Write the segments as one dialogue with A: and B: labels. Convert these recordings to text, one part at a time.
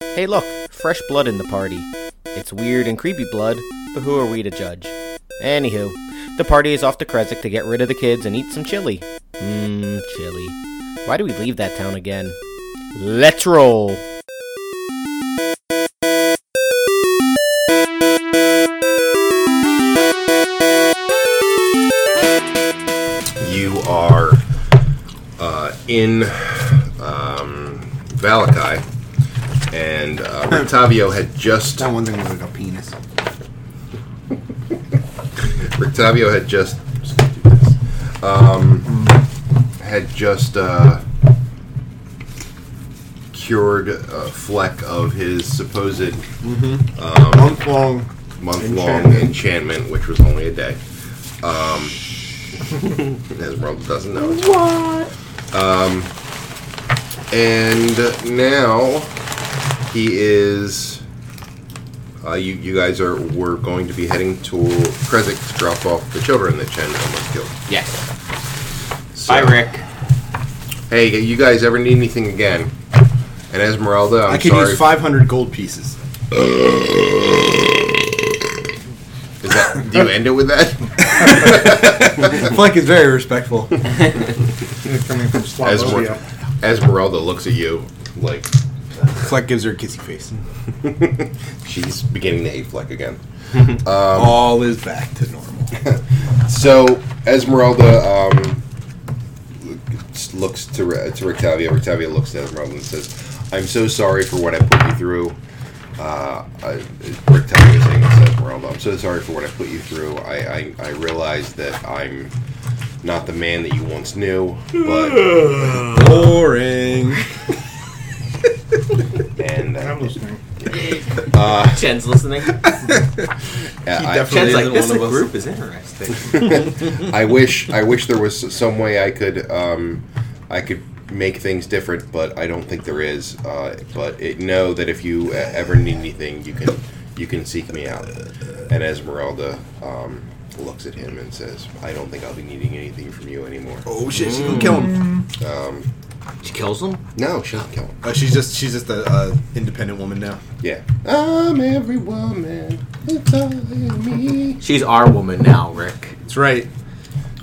A: hey, look, fresh blood in the party. It's weird and creepy blood, but who are we to judge? Anywho, the party is off to Kresik to get rid of the kids and eat some chili. Mmm, chili. Why do we leave that town again? Let's roll!
B: You are uh, in um, Valakai, and uh, Rictavio had just
C: That one thing looked like a penis.
B: Rictavio had just um, had just uh, cured a fleck of his supposed
C: Month long.
B: month-long enchantment, which was only a day. Um, Esmeralda doesn't know. What? Um, and now he is. Uh, you you guys are were going to be heading to Kresik to drop off the children that Chen almost killed.
D: Yes.
B: So,
D: Bye, Rick.
B: Hey, you guys ever need anything again? And Esmeralda, I'm
C: I could
B: sorry.
C: use 500 gold pieces.
B: Is that do you end it with that?
C: Fleck is very respectful.
E: coming from
B: Esmer-
E: Slavovia.
B: Esmeralda looks at you like
C: Fleck gives her a kissy face.
B: she's beginning to hate Fleck again.
C: All is back to normal.
B: So Esmeralda um, looks to to Rictavia. Rictavia looks at Esmeralda and says, "I'm so sorry for what I put you through." Uh, I- Rictavia is saying this to Esmeralda. I'm so sorry for what I put you through. I, I I realize that I'm not the man that you once knew, but
C: Uh, Boring.
B: and
E: I'm
B: uh,
E: listening.
D: Chen's listening.
B: I,
D: Chen's like,
C: isn't
D: this
C: one of us."
D: group is interesting.
B: I wish I wish there was some way I could um, I could make things different, but I don't think there is. Uh, but it, know that if you uh, ever need anything, you can you can seek me out. And Esmeralda um, looks at him and says, "I don't think I'll be needing anything from you anymore."
C: Oh shit, she's gonna kill him.
D: She kills him?
B: No, she'll kill him.
C: Uh, she's just she's just a uh, independent woman now.
B: Yeah, I'm every woman. It's all in me.
D: She's our woman now, Rick.
C: That's right.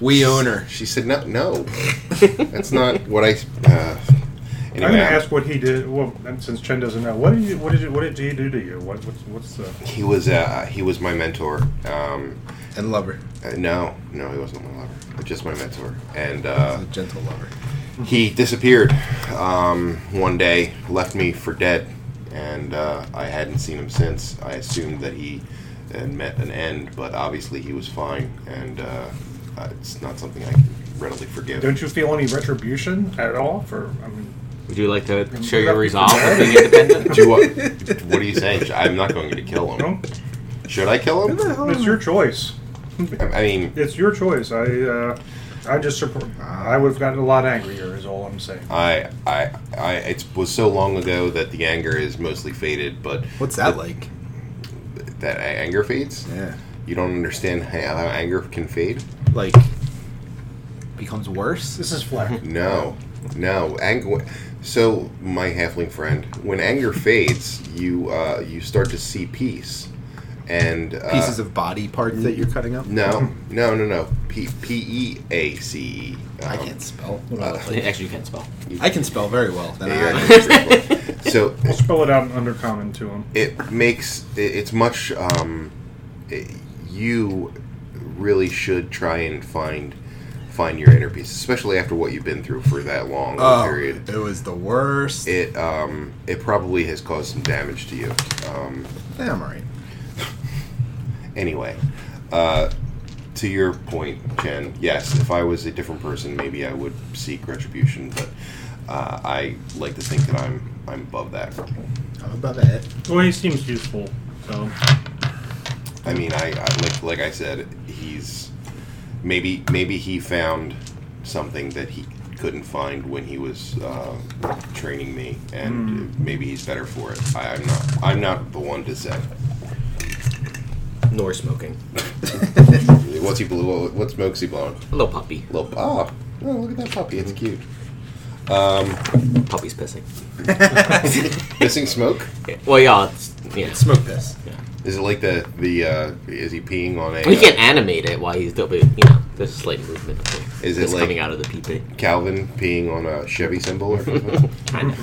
C: We own her.
B: She said, "No, no, that's not what I." Uh, anyway,
E: I'm gonna
B: I'm-
E: ask what he did. Well, and since Chen doesn't know, what did you, what did you, what did he do to you? What what's, what's the?
B: he was uh, he was my mentor. Um,
C: And love her.
B: Uh, no, no, he wasn't my lover, but just my mentor. And uh,
C: A gentle lover.
B: he disappeared um, one day, left me for dead, and uh, I hadn't seen him since. I assumed that he had met an end, but obviously he was fine, and uh, uh, it's not something I can readily forgive.
E: Don't you feel any retribution at all for? I mean,
D: Would you like to show your resolve of being independent?
B: Do you, what, what are you saying? I'm not going to kill him.
E: no,
B: Should I kill him?
E: it's your choice.
B: I I mean,
E: It's your choice. I uh, I just support. I would have gotten a lot angrier. Is all I'm saying.
B: I, I, I. It was so long ago that the anger is mostly faded, but
C: What's that like?
B: that anger fades.
C: Yeah.
B: You don't understand how how anger can fade.
C: Like becomes worse?
E: This is Fleck.
B: No, no. Anger. So, my halfling friend, when anger fades, you uh, you start to see peace, and uh,
C: Pieces of body parts that you're cutting up?
B: no, no, no, no. P P E A C E.
C: I
B: Um,
C: can't spell.
D: Actually, you can't spell.
C: I can spell very well. Then
B: yeah,
C: I,
B: I know. so
E: We'll spell it out under common to him.
B: it makes it, it's much. Um, it, you really should try and find find your inner peace, especially after what you've been through for that long
C: oh,
B: period.
C: it was the worst.
B: it um, it probably has caused some damage to you. Um,
C: Yeah, I'm alright.
B: anyway, uh, to your point, Jen, yes, if I was a different person, maybe I would seek retribution, but uh, I like to think that I'm I'm above that.
C: I'm above it.
E: Well, he seems useful. So
B: I mean, I, I like like I said, he's maybe maybe he found something that he couldn't find when he was uh, training me, and maybe he's better for it. I, I'm not I'm not the one to say.
D: Nor smoking.
B: What's he blue? What smoke's he blowing?
D: A little puppy.
B: Little oh, oh, look at that puppy. It's cute. Um,
D: Puppy's pissing.
B: missing smoke?
D: Yeah, Well, yeah, it's, yeah.
C: Smoke piss.
B: Is it like the the? Uh, is he peeing on a?
D: We
B: uh,
D: can't animate it while he's still, but you know, there's a slight movement. Of it.
B: Is it
D: It's
B: like-
D: coming out of the pee pit?
B: Calvin peeing on a Chevy symbol or something?
D: Kind of.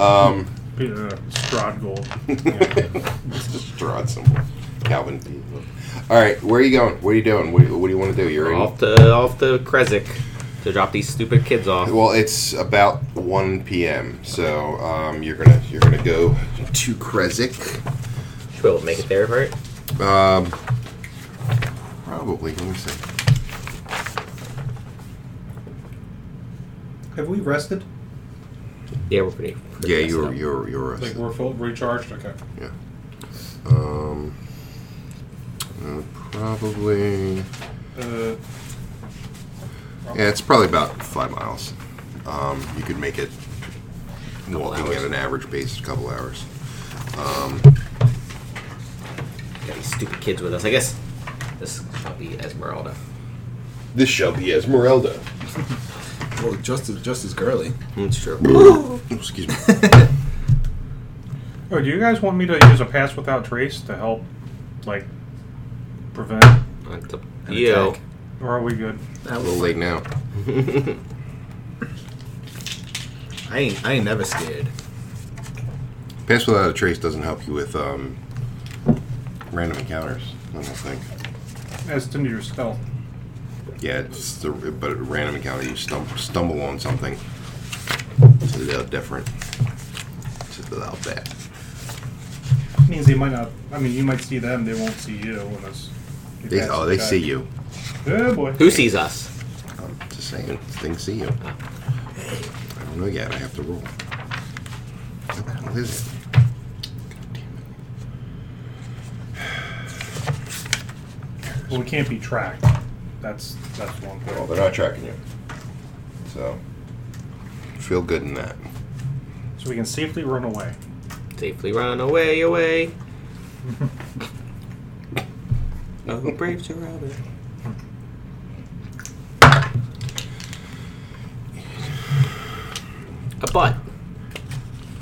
B: um,
E: Uh, Strahd gold.
B: Gerard symbol. Calvin peeing. All right, where are you going? What are you doing? What, what do you want to do? You're in.
D: off to off to Kresik to drop these stupid kids off.
B: Well, it's about 1 p.m., so um, you're gonna you're gonna go to Kresik.
D: Should we be able to make it there, right?
B: Um, probably. Let me see.
E: Have we rested?
D: Yeah, we're pretty. pretty
B: Yeah,
D: messed
B: you're
D: up.
B: you're you're.
E: Like we're full, recharged. Okay.
B: Yeah. Um. uh, probably.
E: Uh,
B: Yeah, it's probably about five miles. Um, you could make it walking
D: hours.
B: at an average pace, a couple hours. Um,
D: Got these stupid kids with us. I guess this might be Esmeralda.
B: this shall be Esmeralda.
C: Well, just as just as girly.
D: That's true.
B: Excuse me.
E: oh, do you guys want me to use a pass without trace to help, like, prevent,
D: That's up to
C: An
D: you.
C: attack.
E: or are we good?
B: a little late now.
C: I ain't I ain't never scared.
B: Pass without a trace doesn't help you with um, random encounters. I don't think.
E: As to your stealth.
B: Yeah, it's the but a random encounter you stumble stumble on something. It's a little different. It's a little bad.
E: means they might not. I mean, you might see them. They won't see you unless. you
B: They,
E: pass
B: oh,
E: the
B: they
E: check.
B: see you.
E: Oh boy.
D: Who sees us?
B: I'm just saying, things see you. I don't know yet. I have to roll. What is it? God damn
E: Well,
B: it.
E: we can't be tracked. That's that's one
B: Well,
E: thing.
B: they're not tracking you, so feel good in that.
E: So we can safely run away.
D: Safely run away, away. no
C: Oh,
D: brave Sir Robin. A butt.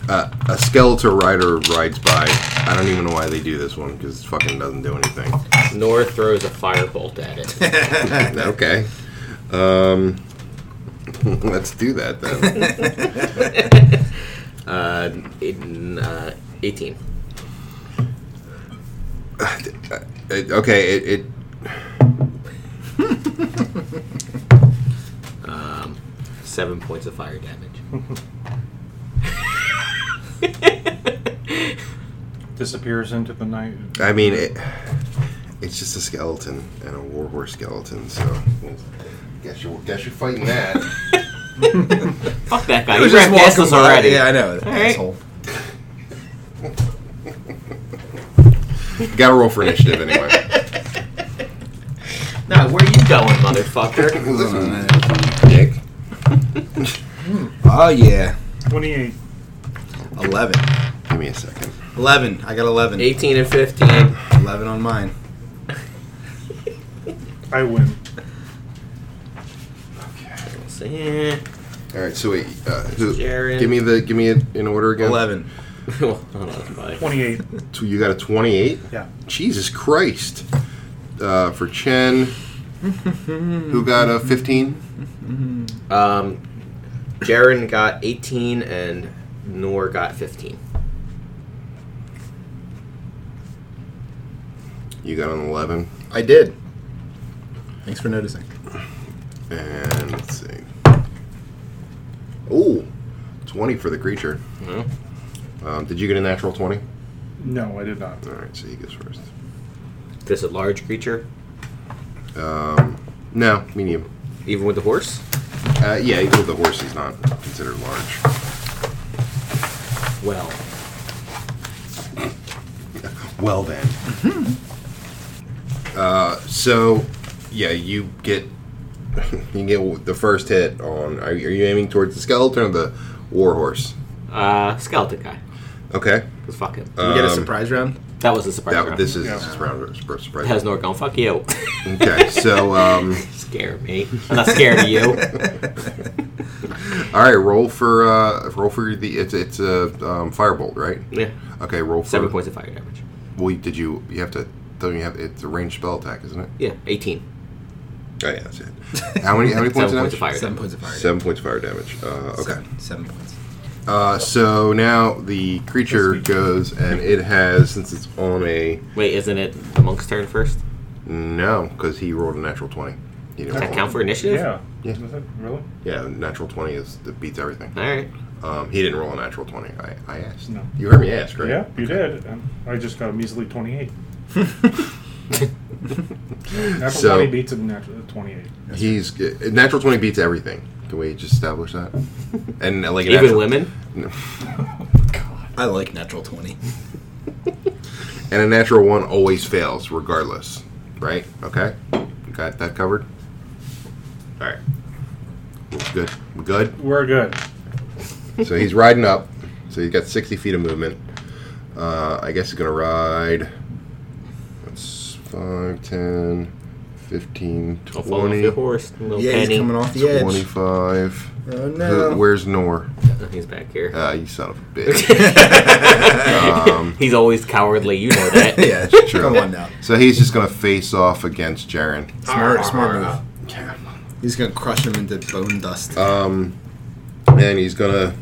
B: Uh, a Skeletor rider rides by. I don't even know why they do this one because it fucking doesn't do anything.
D: Nor throws a firebolt at it.
B: okay. Um, let's do that then.
D: uh, in, uh, 18.
B: It- okay, it, it
D: Um, seven points of fire damage.
E: Disappears into the night.
B: I mean, it, it's just a skeleton and a warhorse skeleton, so guess you're guess you're fighting that.
D: Fuck that guy.
C: He
D: He
C: was just
D: ran past
C: walking
D: us
C: by.
D: already.
C: Yeah, I know. that
D: All right.
C: Asshole.
B: Got to roll for initiative anyway.
D: Now, where are you going, motherfucker?
B: Listen, dick.
C: Oh yeah,
E: Twenty-eight.
C: eleven.
B: Give me a second.
C: Eleven. I got eleven.
D: 18 and 15.
C: Eleven on mine.
E: I win.
D: See?
B: All right, so wait. Uh, who,
D: Jared.
B: give me the give me it in order again.
C: Eleven.
D: Well, hold on, buddy.
E: Twenty-eight.
B: So you got a twenty-eight.
E: Yeah.
B: Jesus Christ. Uh, for Chen, who got a fifteen?
D: Um, Jaren got 18 and Nor got 15.
B: You got an eleven.
C: I did. Thanks for noticing.
B: And let's see. Oh, 20 for the creature.
D: Mhm.
B: Um, did you get a natural 20?
E: No, I did not.
B: All right, so he goes first.
D: This a large creature,
B: Um, no, medium.
D: even with the horse.
B: Uh, yeah, even with the horse, he's not considered large.
D: Well,
B: Well, then. Mm-hmm. uh, so, yeah, you get you get the first hit on. Are you, are you aiming towards the skeleton or the war horse?
D: uh, skeleton guy.
B: Okay,
D: Cause fuck him.
C: Can we get a
B: Um,
C: surprise round?
D: that was a surprise.
B: that
D: round.
B: this is
E: Yeah.
B: surprise. surprise.
D: has Nor going fuck you.
B: Okay, so um,
D: scare me. I'm not scared of you.
B: All right, roll for uh, roll for the it's it's a um, firebolt, right?
D: Yeah.
B: Okay, roll for
D: Seven points of fire damage.
B: Well, you- did you you have to don't you have it's a ranged spell attack, isn't it?
D: Yeah, 18.
B: Oh yeah, that's it. How many how many points?
D: Seven
B: of damage?
D: points of fire
C: Seven
D: damage.
C: points of fire.
B: Seven points of fire damage. Uh, okay.
C: Seven, seven points.
B: Uh, so now the creature goes and it has since it's on a
D: Wait, isn't it the monk's turn first?
B: no because he rolled a natural twenty. He didn't
D: Does that
B: roll.
D: count for initiative?
E: Yeah.
B: Yeah.
E: Does it really?
B: Yeah, natural twenty is that beats everything.
D: Alright.
B: Um, he didn't roll a natural twenty. I, I asked.
E: No.
B: You heard me ask, right?
E: Yeah, you did. Um, I just got a measly 28. Natural
B: So-
E: 20 beats a natural 28.
B: He's good. natural twenty beats everything. Can we just establish that? And uh, like an
D: Even
B: actual-
D: women?
C: I like natural twenty.
B: and a natural one always fails regardless, right? Okay, You got that covered. All right, We're good. We're good.
E: We're good.
B: So he's riding up. So he's got sixty feet of movement. Uh, I guess he's gonna ride. That's 5, 10, 15,
D: I'll fall off
B: 20,
D: your horse, little
C: Yeah, he's
D: penny.
C: coming off the edge.
B: 25.
C: Oh
B: Who-
C: no!
B: Where's Nor?
D: Oh, He's back here.
B: Ah, you son of a bitch. um,
D: He's always cowardly, you know that.
C: yeah, come on now.
B: so he's just gonna face off against Jaren.
C: Smart, smart move. He's gonna crush him into bone dust.
B: Um, and he's gonna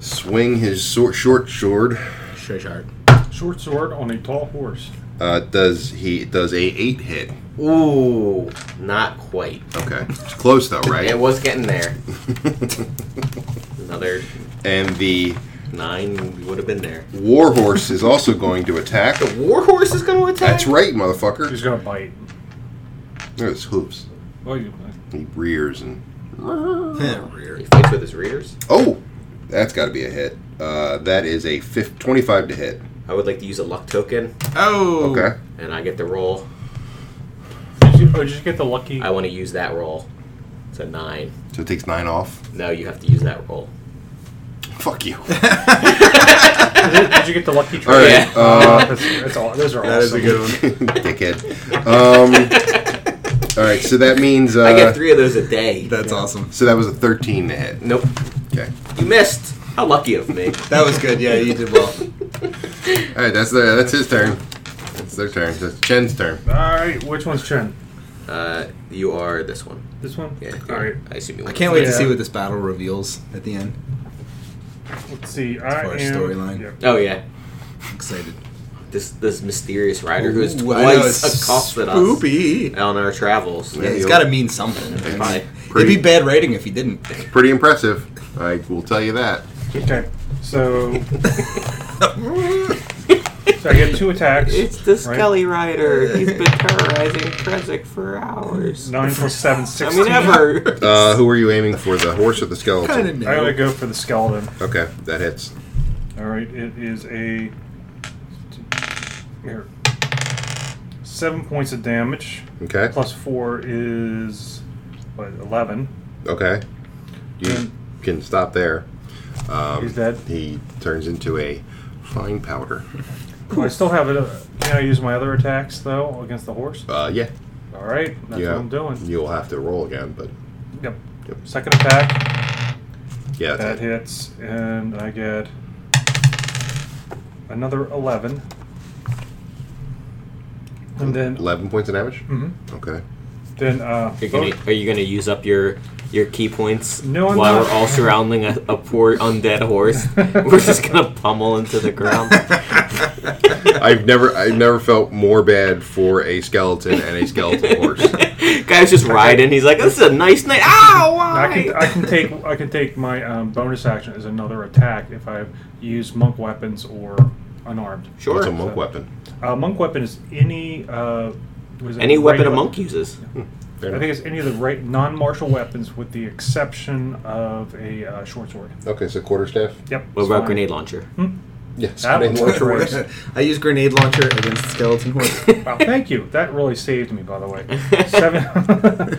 B: swing his sword, short sword.
C: Straight hard.
E: Short sword on a tall horse.
B: Uh, does he does a eight hit?
D: Ooh, not quite.
B: Okay, it's close though,
D: It
B: right?
D: was getting there. Another
B: and the
D: nine would have been there.
B: warhorse is also going to attack.
D: The warhorse is going to attack.
B: That's right,
E: He's
B: motherfucker.
E: going to bite.
B: Look at his hooves.
E: Oh, you,
B: He rears and
D: He
C: Rear.
D: fights with his readers.
B: oh, that's got to be a hit. Uh, that is a fif- 25 to hit.
D: I would like to use a luck token,
C: Oh.
B: Okay.
D: and I get the roll.
E: did you, oh, did you get the lucky?
D: I want to use that roll. It's a nine.
B: So it takes nine off.
D: No, you have to use that roll.
B: Fuck you.
E: did, did you get the lucky
B: All
E: trigger?
B: right.
D: Oh, Yeah.
B: Uh,
E: That's, that's all, those are
C: Oh, That is
E: awesome.
C: a good one.
B: dickhead. Um, all right. So that means uh,
D: I get three of those a day.
C: That's awesome.
B: So that was a 13 to hit.
D: nope.
B: Okay.
D: You missed. How lucky of me.
C: That was good. Yeah, you did well.
B: All right, that's their, that's his turn. That's their turn. That's Chen's turn.
E: All right, which one's Chen?
D: Uh, you are this one.
E: This one?
D: Yeah.
E: All right,
D: I assume you.
C: I
D: went
C: can't wait to
E: Yeah.
C: see what this battle reveals at the end.
E: let's see. I
C: far as
E: am-
C: storyline.
E: yeah.
D: Oh yeah.
C: I'm excited.
D: This this mysterious rider who has
C: Ooh, I know,
D: twice
C: it's
D: accosted us
C: spoopy.
D: on our travels.
C: Yeah, it's
B: you'll-
C: got to mean something.
D: Probably.
B: Pretty-
C: It'd be bad rating if he didn't.
B: Pretty impressive. I will tell you that.
E: Okay, so so I get two attacks.
D: It's the
E: right?
D: Skelly Rider. He's been terrorizing Kresik for hours.
E: Nine plus seven,
D: I
E: sixteen.
D: mean, ever.
B: Uh, who are you aiming for? The horse or the skeleton?
C: Kinda
E: I gotta
C: know.
E: go for the skeleton.
B: Okay, that hits.
E: All right, it is a here seven points of damage.
B: Okay.
E: Plus four is what, eleven.
B: Okay. You can stop there. Um,
E: He's dead.
B: He turns into a fine powder.
E: I still have it. uh, Can I use my other attacks though against the horse?
B: Uh, yeah.
E: All right, that's
B: yeah.
E: what I'm doing.
B: You'll have to roll again, but
E: Yep.
B: Yep.
E: Second attack
B: yeah,
E: that
B: that's it.
E: hits, and I get another eleven. And then
B: Eleven points of damage.
E: Mhm.
B: Okay.
E: Then uh,
D: You're gonna,
E: both-
D: are you gonna use up your your key points
E: No, I'm
D: while
E: not.
D: we're all surrounding a, a poor undead horse? we're just gonna pummel into the ground.
B: I've never I've never felt more bad for a skeleton and a skeleton horse.
D: Guy's just riding. He's like, "This is a nice night." Ow! Why?
E: I can I can take I can take my um, bonus action as another attack if I use monk weapons or unarmed.
B: What's a
D: sure.
B: monk weapon?
E: Uh, monk weapon is any uh, what is it,
D: Any weapon a
E: regular-
D: monk uses.
B: Hmm, Fair
E: I
B: enough.
E: think it's any of the right non-martial weapons with the exception of a uh, short sword.
B: Okay, so quarterstaff.
E: Yep. Hmm?
D: What
E: it's
D: about
E: fine.
D: grenade launcher?
B: Yes.
E: That
B: grenade
E: would work.
B: launcher.
E: Horse.
C: I use grenade launcher against the skeleton horse.
E: Wow, thank you. That really saved me, by the way.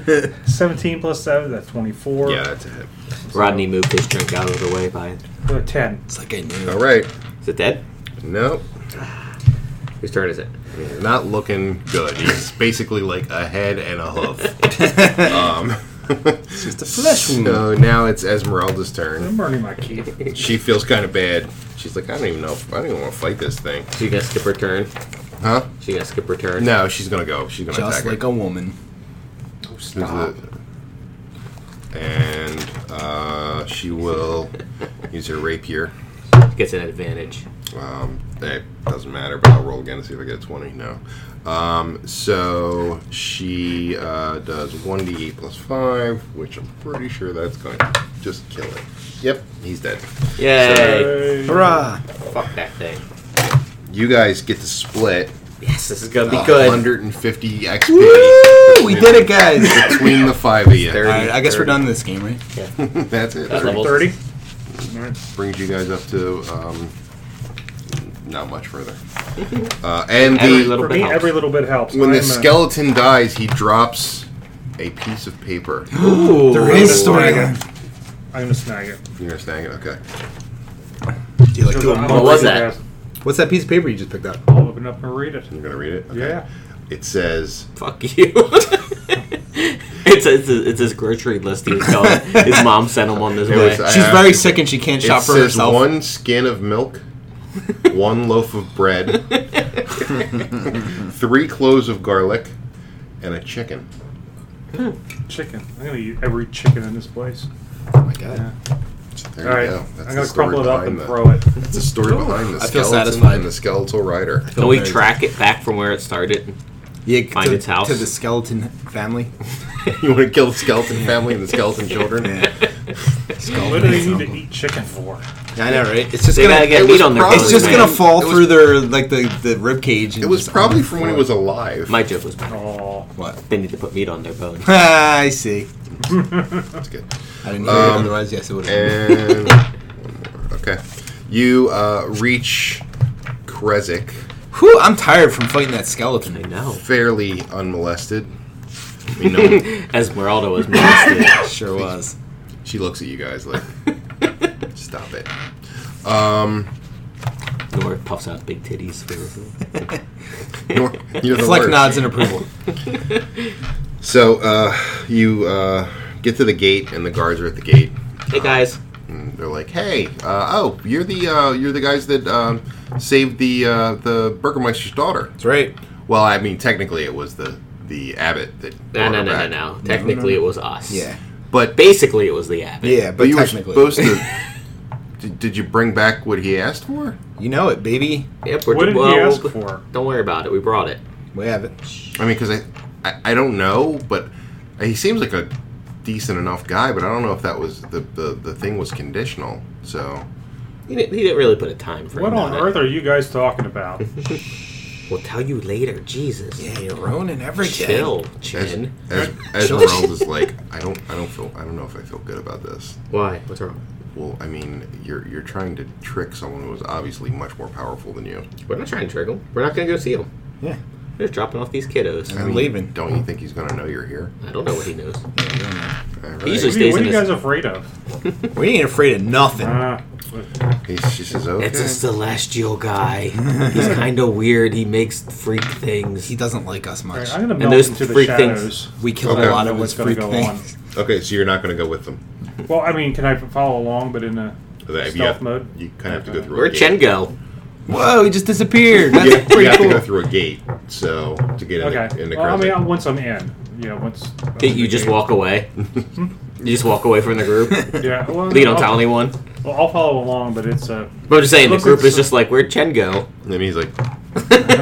E: Seven, 17 plus 7, that's 24.
B: Yeah, that's a hit.
D: Rodney moved his drink out of the way by.
E: Uh, 10.
C: Oh, it's like I knew.
B: All right.
D: Is it dead?
B: Nope.
D: Whose turn is it?
B: Not looking good. He's basically like a head and a hoof. Um,
C: It's just a flesh wound.
B: so now it's Esmeralda's turn.
E: I'm burning my key.
B: She feels kind of bad. She's like, I don't even know. If, I don't even want to fight this thing.
D: She gonna skip her turn.
B: Huh?
D: She gonna skip her turn.
B: No, she's gonna go. She's gonna
C: Just
B: attack. it.
C: like a woman.
B: There's a- and uh, she will use her rapier.
D: Gets an advantage.
B: Um, it doesn't matter, but I'll roll again to see if I get a 20. No. Um, so she uh, does 1d8 plus 5, which I'm pretty sure that's going to just kill it. Yep, he's dead.
D: Yay!
E: Uh,
C: Hurrah!
D: Fuck that thing.
B: You guys get to split
D: Yes, this is gonna be good.
B: 150 XP
C: Woo! We did it, guys!
B: between the five of you.
D: Thirty.
C: Alright, I guess we're done with this game, right?
B: that's it.
D: That's
B: That
D: level-
E: Thirty. All right.
B: brings you guys up to um, not much further. Uh, and
D: Every
B: the,
D: little
E: For
D: bit
E: me,
D: helps.
E: every little bit helps.
B: when
E: I
B: the
E: am a-
B: skeleton dies, he drops a piece of paper.
D: Ooh.
C: There
E: I'm gonna
C: is story.
E: snag it. I'm gonna snag it.
B: You're gonna snag it? Okay.
C: Do you like
E: I'm
C: to
E: gonna
D: was
E: read it
D: that?
E: as-
C: What's that piece of paper you just picked up?
E: I'll open up and read it.
B: You're gonna read it? Okay.
E: Yeah.
B: It says,
D: Fuck you. it's, it's it's his grocery list. He was telling his mom sent him on this
B: It
D: way.
B: was- I
C: She's
B: asked
C: very
B: if-
C: sick and she can't
B: it
C: shop for
B: says
C: herself.
B: one skin of milk, one loaf of bread, three cloves of garlic, and a chicken.
E: Chicken. I'm gonna eat every chicken in this place.
C: Oh my god.
E: Yeah.
B: There
E: All right.
B: you go.
E: I'm
B: That's the
E: gonna
B: story
E: crumple it up
B: behind
E: and
B: the-
E: throw it.
B: That's the story behind the
C: I feel
B: skeleton
C: satisfied.
B: and the skeletal rider.
D: Can we track it back from where it started?
C: Yeah,
D: find
C: to,
D: its house?
C: to the skeleton family.
B: You want to kill the skeleton family and the skeleton children?
E: What do they need to eat chicken for?
C: I know, right? It's just
D: They
C: gonna
D: gotta get
B: it was
D: meat on their.
B: prob-
D: bones,
C: it's just
D: man.
C: gonna fall
B: It was-
C: through their like the the rib cage. And
B: It was
C: just
B: probably
C: on the
B: from when he
C: floor.
B: was alive.
D: My joke was bad.
E: Oh,
C: What?
D: They need to put meat on their bones.
C: I see.
B: That's good.
C: I didn't hear it.
B: Um,
C: Otherwise, yes, it would have.
B: And okay, you uh, reach Kresik
C: Whew, I'm tired from fighting that skeleton.
D: I know.
B: fairly unmolested. I mean, no one-
D: Esmeralda was molested.
C: Sure was.
B: she looks at you guys like, "Stop it." Um,
D: Nora puffs out big titties. for this.
B: you're, you're the
C: Fleck
B: worst.
C: nods in approval.
B: So uh, you uh, get to the gate, and the guards are at the gate.
D: Hey guys,
B: And they're like, "Hey, uh, oh, you're the uh, you're the guys that um, saved the uh, the Burgermeister's daughter."
C: That's right.
B: Well, I mean, technically, it was the the abbot that.
D: no,
B: brought
D: no,
B: her
D: no, no,
B: back.
D: no. Technically, it was us.
C: Yeah.
B: But
D: Basically, it was the abbot.
C: Yeah, but,
B: But you were
C: technically,
B: supposed to. did, did you bring back what he asked for?
C: you know it, baby.
D: Yep, we're
E: what did
D: well,
E: he ask
D: we'll-
E: for?
D: Don't worry about it. We brought it.
C: We have it.
B: I mean, because I, I, I don't know, but he seems like a decent enough guy, but I don't know if that was the the, the thing was conditional. So
D: He didn't, he didn't really put a time frame.
E: What on
D: it.
E: earth are you guys talking about?
D: We'll tell you later. Jesus.
C: Yeah, you're ruining everything.
D: Chill,
B: as
D: Chin.
B: as Esmeralda is like, I don't I don't feel I don't know if I feel good about this.
D: Why? What's wrong?
B: Well, I mean, you're you're trying to trick someone who is obviously much more powerful than you.
D: We're not trying to trick him. We're not going to go see him.
C: Yeah,
D: We're just dropping off these kiddos.
C: I'm leaving.
B: Don't you think he's gonna know you're here?
D: I don't know what he knows.
B: All right.
E: What are
D: He usually
E: you,
D: stays
E: what
D: in
E: are you
D: his.
E: guys afraid of?
C: We ain't afraid of nothing.
E: Ah,
B: He- she says, okay.
D: It's a celestial guy. He's kind of weird. He makes freak
C: he
D: things.
C: doesn't like us much.
E: I'm gonna melt
D: those
E: into the
D: freak things-
E: shadows.
C: We kill
B: Okay.
C: a lot of
E: What's
C: his
E: gonna
C: freak
E: go
C: things.
B: Okay, so you're not going to go with them.
E: on? Well, I mean, can I follow along, but in a
B: If you
E: Stealth
B: have-
E: mode? Uh-huh.
B: You kind of have to go through.
D: Where'd
B: a
D: Chen
B: gate.
D: go?
C: Whoa, he just disappeared.
B: You,
C: That's
B: have- you
C: pretty
B: have
C: cool.
B: to go through a gate, so to get in the,
E: okay.
B: in the
E: well, I mean,
B: crescent.
E: uh, once I'm in, yeah, once I'm
D: Did
E: in
D: you
E: the
D: just
E: gate.
D: walk away? You just walk away from the group?
E: Yeah, well,
D: You don't
E: I'll-
D: tell anyone?
E: Well, I'll follow along, but it's a
D: But I'm just saying, the
E: Looks
D: group
E: like
D: is
E: some-
D: just like, where'd Chen go?
B: and then he's like,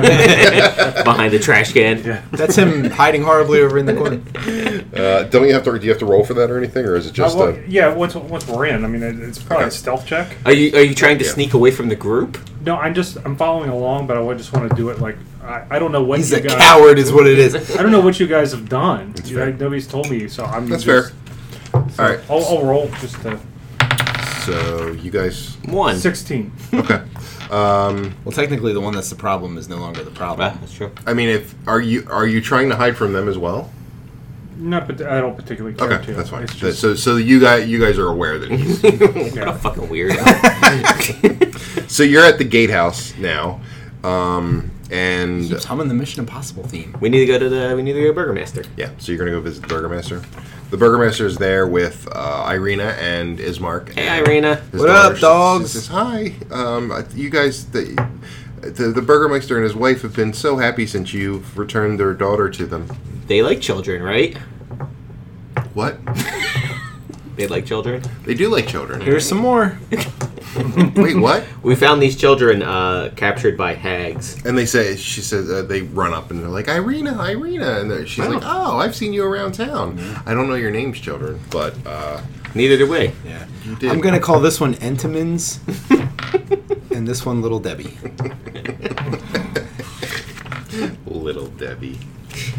D: Behind the trash can.
E: yeah.
C: That's him hiding horribly over in the corner.
B: uh, "Don't you have to? Do you have to roll for that or anything, or is it
E: Uh,
B: just
E: well,
B: a?"
E: yeah, once once we're in, I mean, it, it's probably
B: Okay.
E: a stealth check.
D: Are you are you trying to
B: Yeah.
D: sneak away from the group?
E: No, I'm just I'm following along, but I would just want to do it like I, I don't know what
C: He's
E: you
C: a
E: guys,
C: coward, is what it is.
E: I don't know what you guys have done. You
B: fair.
E: know, nobody's told me, so I'm
B: That's
E: just,
B: All right.
E: I'll, I'll roll just to
B: So you guys,
D: One.
E: sixteen.
B: okay. Um,
C: Well, technically, the one that's the problem is no longer the problem.
D: Ah, that's true.
B: I mean, if are you are you trying to hide from them as well?
E: Not, but I don't particularly care.
B: Okay,
E: to.
B: that's fine.
E: It's just,
B: so so you guys you guys are aware that he's
D: What a
E: yeah.
D: fucking weirdo.
B: So you're at the gatehouse now. Um, and
C: Keeps humming the Mission Impossible theme.
D: We need to go to the. We need to go to Burgermaster.
B: yeah, so you're gonna go visit the Burgermaster. The Burgermaster is there with uh, Irina and Ismark.
D: Hey, Irina.
B: His
D: What
B: daughter,
D: up,
B: she-
D: dogs?
B: She says, Hi. Um, I- you guys, the, the the Burgermeister and his wife have been so happy since you've returned their daughter to them.
D: They like children, right?
B: What?
D: They like children.
B: They do like children.
C: Here's some more.
B: Wait, what?
D: We found these children uh, captured by hags.
B: And they say, she says, uh, they run up and they're like, Irina, Irina. And they're- she's like, oh, I've seen you around town.
D: Mm-hmm.
B: I don't know your names, children, but uh,
D: Neither do we.
C: Yeah.
B: you did.
C: I'm gonna call this one Entenmann's, and this one Little Debbie.
B: Little Debbie.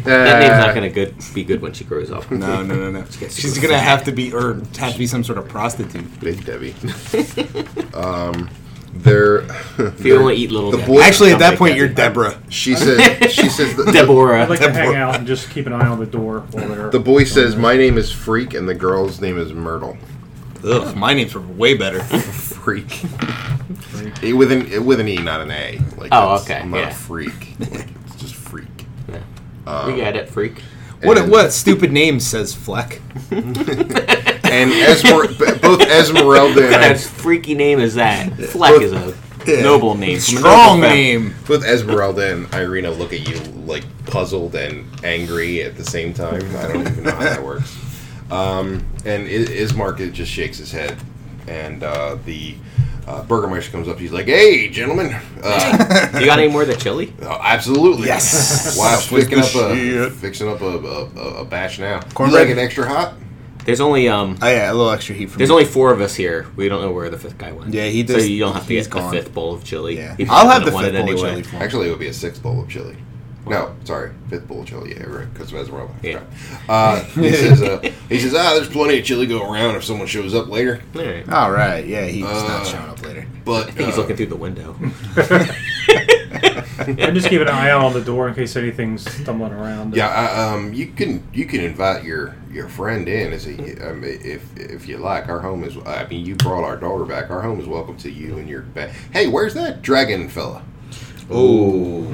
D: That name's
B: Uh,
D: not gonna good be good when she grows up.
C: No, no, no, no. She's gonna have to be, or have to be some sort of prostitute.
B: Big Debbie. um, they're.
D: If you only eat little,
B: The
D: Deb-
B: boy-
C: Actually, at
D: Sounds
C: that
D: like
C: point,
D: that.
C: you're Deborah.
B: she says. She says. The,
D: Deborah.
E: I'd like to hang
C: Deborah.
E: out and just keep an eye on the door while they're.
B: The boy says, "My name is Freak, and the girl's name is Myrtle."
C: Ugh, my name's way better.
B: Freak. Eh, with an eh, with an e, not an a. Like,
D: Oh,
B: it's-
D: okay,
B: I'm not
D: yeah.
B: a freak. Like, it's just freak.
D: Yeah.
C: Uh,
D: we got it, freak.
C: What a,
B: And-
C: what a stupid name says Fleck.
B: And Esmer- b- both Esmeralda and
D: What kind
B: I,
D: of freaky name is that? Fleck is a
C: Yeah.
D: noble name. from a noble
C: Strong
D: family.
C: name.
B: both Esmeralda and Irina look at you like puzzled and angry at the same time. I don't even know how that works. Um, and I- Ismark it just shakes his head, and uh, the uh, burgermeister comes up. He's like, "Hey, gentlemen." Uh,
D: You got any more of the chili?
B: Oh, absolutely.
C: Yes.
B: Wow, fixing
C: With
B: up,
C: the
B: a,
C: shit.
B: fixing up a, a, a, a batch now.
C: Cornbread?
B: You like it extra hot?
D: There's only um.
C: Oh yeah, a little extra heat from
D: There's only four of us here. We don't know where the fifth guy went.
C: Yeah, he
D: So
C: just-
D: you don't have to
C: he's
D: get the
C: gone.
D: fifth bowl of chili.
C: Yeah,
D: He
C: I'll
D: probably
C: have the fifth
D: wouldn't
C: bowl
D: want it
C: of
D: anyway.
C: chili. for him.
B: Actually, it would be a sixth bowl of chili. No, sorry, fifth bowl of chili. Yeah, right, because of Esmeralda.
D: Yeah.
B: Uh, he says, uh, he says, ah, there's plenty of chili going around if someone shows up later.
D: All right.
C: All right, yeah, he's
B: Uh,
C: not showing up later.
B: But
D: I think he's
B: uh,
D: looking through the window.
E: and just keep an eye out on the door in case anything's stumbling around.
B: Yeah, I, um, you can you can invite your your friend in as a um, if if you like. Our home is. I mean, you brought our daughter back. Our home is welcome to you and your. Ba- hey, where's that dragon fella?
D: Ooh.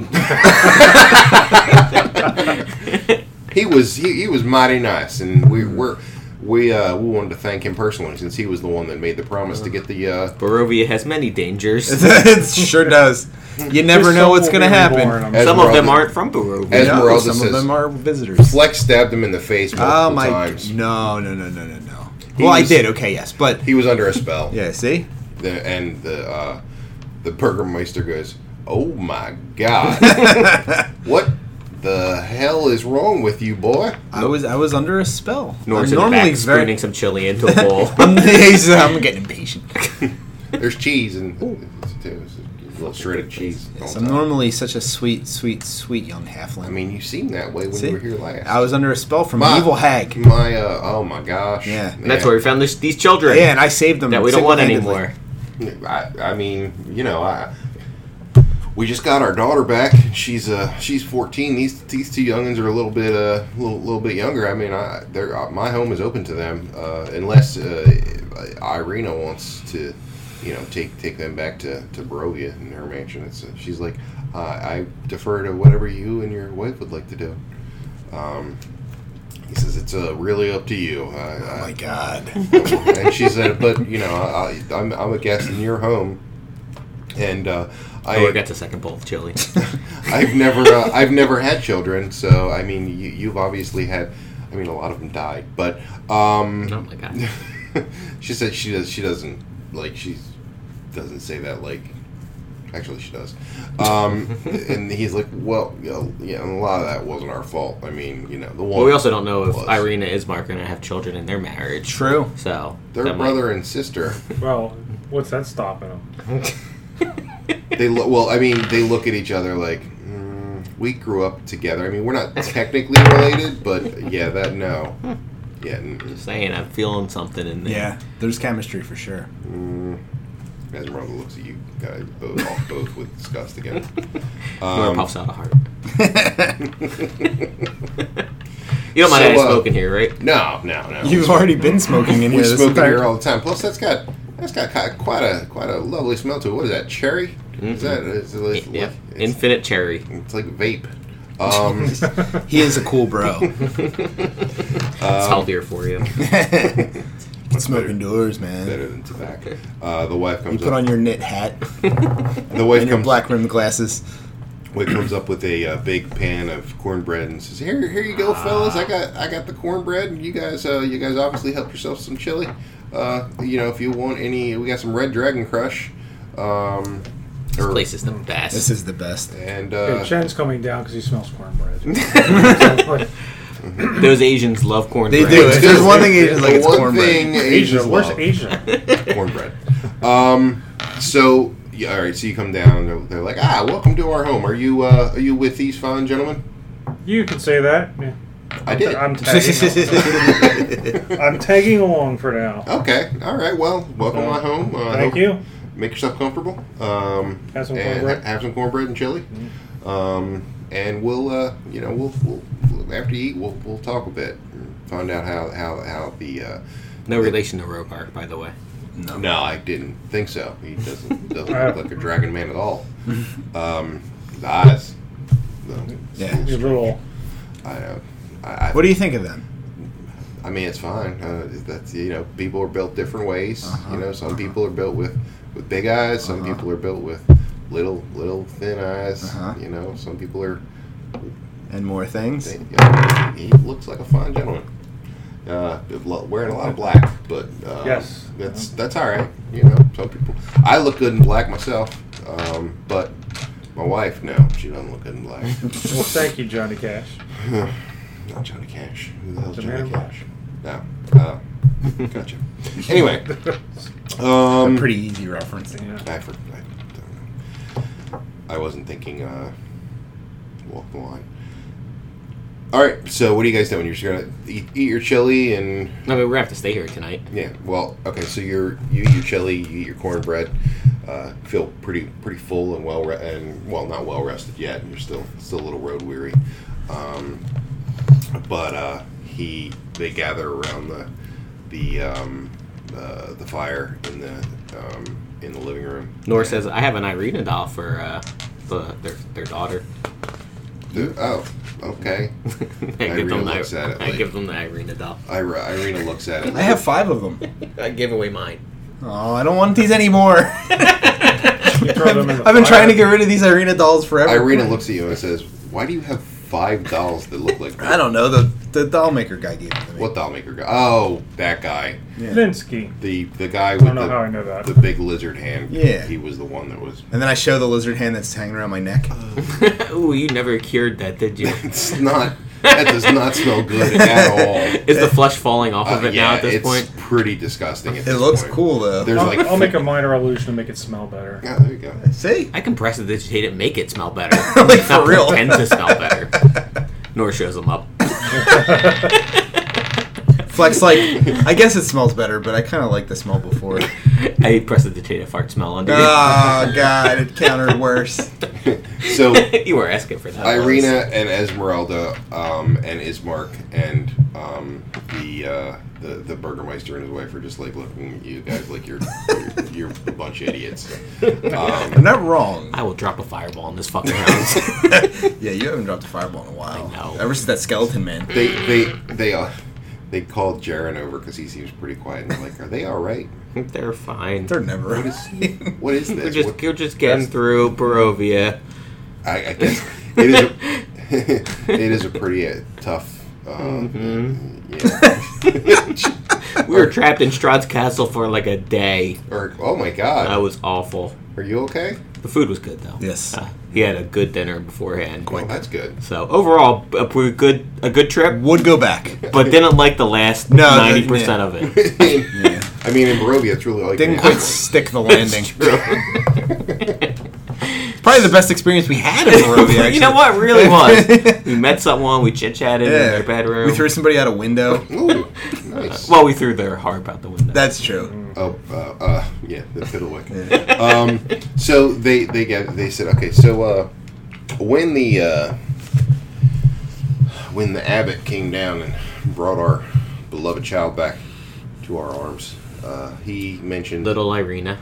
B: he was he, he was mighty nice, and we
C: Mm-hmm.
B: were we uh, we wanted to thank him personally since he was the one that made the promise to get the. Uh,
D: Barovia has many dangers.
C: it sure does. You never
E: Just
C: know
E: some
C: what's
E: will
C: gonna
E: be
C: happen.
E: reborn, I'm
B: As-
E: sure.
D: Some of them
B: Esmeralda-
D: aren't from Barovia.
B: As-
C: Yeah,
B: Esmeralda
C: some
B: says-
C: of them are visitors.
B: Flex stabbed him in the face multiple
C: oh my!
B: times.
C: No, no, no, no, no, no.
B: He
C: well, I
B: was-
C: did. Okay, yes, but
B: He was under a spell.
C: yeah. See,
B: The, and the uh, the burgermeister goes, "Oh my god, what the hell is wrong with you, boy?"
C: I was I was under a spell. I'm
D: Norm's in the
C: normally
D: back
C: very.
D: spooning some chili into a bowl.
C: I'm, he's- I'm getting impatient.
B: There's cheese and there's a little shredded cheese. all
C: Yes,
B: the
C: I'm
B: time.
C: normally such a sweet, sweet, sweet young halfling.
B: I mean, you seemed that way when
C: See?
B: you were here last.
C: I was under a spell from
B: My-
C: an evil hag.
B: my uh, oh my gosh.
C: Yeah.
D: And that's where we found this, these children
C: Yeah, and I saved them.
D: that we don't want
C: single-handedly.
D: anymore.
B: I, I mean, you know, I we just got our daughter back. She's uh she's 14. These these two youngins are a little bit uh little, little bit younger. I mean, I they're uh, my home is open to them uh, unless uh, Irina wants to, you know, take take them back to to Barovia in her mansion. It's uh, she's like uh, I defer to whatever you and your wife would like to do. Um, he says it's uh, really up to you. I,
C: Oh
B: I,
C: my god.
B: and she said, "But you know, I, I'm, I'm a guest in your home, and uh,
D: Oh, we got
B: I,
D: the second bowl of chili. Oh
B: I've never, uh, I've never had children. So I mean, you, you've obviously had. I mean, a lot of them died, but um,
D: oh my god.
B: she said she does. She doesn't like. She doesn't say that like. Actually, she does. Um, and he's like, well, you know, yeah, and a lot of that wasn't our fault. I mean, you know, the one.
D: Well, we also don't know if
B: was.
D: Irina Ismark are going to have children in their marriage.
C: True.
D: So
B: They're
D: that might-
B: brother and sister.
E: Well, what's that stopping them?
B: They look well. I mean, they look at each other like mm, we grew up together. I mean, we're not technically related, but yeah, that no, yeah, mm,
D: Just saying, I'm feeling something in there.
C: Yeah, there's chemistry for sure.
B: mm. Esmeralda looks at you guys both off both with disgust again.
D: Nora
B: Um,
D: puffs out a heart. You don't mind
B: So,
D: I
B: uh,
D: smoking here, right?
B: no, no, no.
C: You've already been smoking in here
B: we
C: this
B: smoke in
C: entire-
B: here all the time. Plus, that's got. eh, That's got ki- quite a quite a lovely smell to it. What is that? Cherry? Is that?
C: Mm-hmm.
B: Is it,
D: Yep.
B: it's,
D: Infinite cherry.
B: it's like vape. Um,
C: He is a cool bro.
B: Um,
D: it's healthier for you.
C: Smoke indoors, man.
B: better than tobacco. Uh, the wife
C: You
B: comes
C: put
B: up.
C: on your knit hat
B: the wife
C: and your
B: comes.
C: black rimmed glasses.
B: wife comes up with a uh, big pan of cornbread and says, "Here, here you go, fellas. I got I got the cornbread. And you guys, uh, you guys obviously help yourself some chili. Uh, you know, if you want any, we got some Red Dragon Crush. Um,
D: This
B: or-
D: place is the best.
C: This is the best.
B: and
E: Yeah,
B: uh,
E: Chen's coming down because he smells cornbread. So,
D: Those Asians love corn.
C: They
D: bread.
C: do. If There's one thing
E: The
C: Asian like it's
B: one
C: cornbread.
B: thing
E: Asia,
B: Asians
E: where's
B: love.
E: Asia?
B: cornbread. Um, so yeah, all right. So you come down. and They're, they're like, ah, welcome to our home. Are you uh, are you with these fine gentlemen?
E: You can say that. Yeah.
B: I did.
E: I'm tagging. I'm tagging along for now.
B: okay. All right. Well, welcome to my home. Uh, I
E: Thank
B: hope-
E: you.
B: Make yourself comfortable. Um,
E: Have some
B: and
E: cornbread. Mm-hmm.
B: ha- have some cornbread and chili. Um, and we'll uh, you know we'll, we'll, we'll- after you eat we'll, we'll talk a bit, and find out how how how the. Uh,
D: No relation to Rogar, by the way.
B: No, I didn't think so. He doesn't doesn't
E: Uh,
B: look like a dragon man at all. Um, the eyes. the-
C: Yeah.
E: Your little
B: I know. I, I,
C: What do you think of them?
B: I mean, it's fine. Uh, that's you know, people are built different ways. You know, some people are built with with big eyes. Some
C: Uh-huh.
B: people are built with little little thin eyes.
C: Uh-huh.
B: You know, some people are.
C: And more
B: They,
C: things.
B: you know, he looks like a fine gentleman. Uh, lo- wearing a lot of black, but uh,
E: Yes.
B: that's that's all right. You know, some people. I look good in black myself, um, but my wife, no, she doesn't look good in black.
E: well, thank you, Johnny Cash.
B: Not Johnny Cash. Who the hell's
E: The
B: Johnny
E: man in black.
B: Cash? No. Uh, gotcha. Anyway, um,
C: A pretty easy reference.
E: Yeah.
B: I, for, I don't know. I wasn't thinking. Uh, walk the line. All right. So, what are you guys doing? You're just gonna eat, eat your chili and
D: No, but we're gonna have to stay here tonight.
B: yeah. Well, okay. So you're you eat your chili, you eat your cornbread. Uh, feel pretty pretty full and well re- and well not well rested yet. And you're still still a little road weary. Um, but uh, he they gather around the the um, uh, the fire in the um, in the living room.
D: Nor says I have an Irina doll for uh, the their their daughter.
B: The- oh, okay.
D: I, give
B: Irina
D: them the,
B: looks at it
D: I
B: like-
D: give them the Irina doll.
B: Ira, Irina looks at it.
C: I have five of them.
D: I give away mine.
C: Oh, I don't want these anymore.
E: You throw them in the
C: I've been trying to get
E: fire.
C: rid of these Irina dolls forever.
B: Irina looks at you and says, "Why do you have five dolls that look like
C: I don't know. The the doll maker guy gave them to me.
B: what doll maker guy? Oh, that guy."
C: Yeah.
E: Linsky.
B: The the guy
E: I
B: with
E: don't know
B: the,
E: how I know that.
B: the big lizard hand.
C: Yeah.
B: He was the one that was.
C: And then I show the lizard hand that's hanging around my neck.
B: Oh,
D: Ooh, you never cured that, did you?
B: It's not. That does not smell good at all.
D: Is the flesh falling off of
B: Uh,
D: it now at this
B: it's
D: point?
B: pretty disgusting. At
C: It
B: this
C: looks
B: point.
C: cool though.
B: There's
E: I'll,
B: like.
E: I'll make a minor illusion to make it smell better.
B: Yeah, there you go.
C: See?
D: I can press it, digitate it, make it smell better.
C: Like, for
D: Not
C: real.
D: pretend to smell better. Nor shows them up.
C: Flex like I guess it smells better, but I kind of like the smell before.
D: I press the digitate it, fart smell under
C: Oh god, it countered worse.
B: So
D: you. you were asking for that.
B: Irina and Esmeralda um, and Ismark and um, the, uh, the the burgermeister and his wife are just like looking at you guys like you're you're, you're a bunch of idiots.
C: I'm
B: Um,
C: not wrong.
D: I will drop a fireball in this fucking house.
C: Yeah, you haven't dropped a fireball in a while.
D: I know. Mm.
C: Ever since that skeleton man.
B: they they they uh, they called Jaren over because he seems pretty quiet. And they're like, are they all right?
D: They're fine.
C: They're never.
B: What is what is
D: We're
B: this?
D: just,
B: What-
D: we're just getting through Barovia.
B: I, I guess it is. A, it is a pretty uh, tough. Uh,
D: Mm-hmm.
B: yeah.
D: We were trapped in Strahd's castle for like a day.
B: or oh my
D: That
B: god,
D: was awful.
B: are you okay?
D: The food was good though.
C: Yes.
D: Uh, he had a good dinner beforehand.
B: Well, Oh, that's good.
D: So overall, a pretty good a good trip,
C: Would go back.
D: but didn't like the last
C: No, the-
D: ninety percent
C: yeah.
D: of it.
C: Yeah.
B: I mean, in Barovia, it's really like
C: Didn't quite stick the landing. Probably the best experience we had in Barovia.
D: you know
C: actually.
D: what? It Really was. we met someone. We chit chatted in
C: Yeah.
D: their bedroom.
C: We threw somebody out a window.
B: Ooh, nice.
D: well, we threw their harp out the window.
C: That's true.
B: Oh, uh, uh, yeah, the Fiddlewick. Um, so they they get they said okay. So uh, when the uh, when the abbot came down and brought our beloved child back to our arms, Uh, he mentioned
D: Little Irina.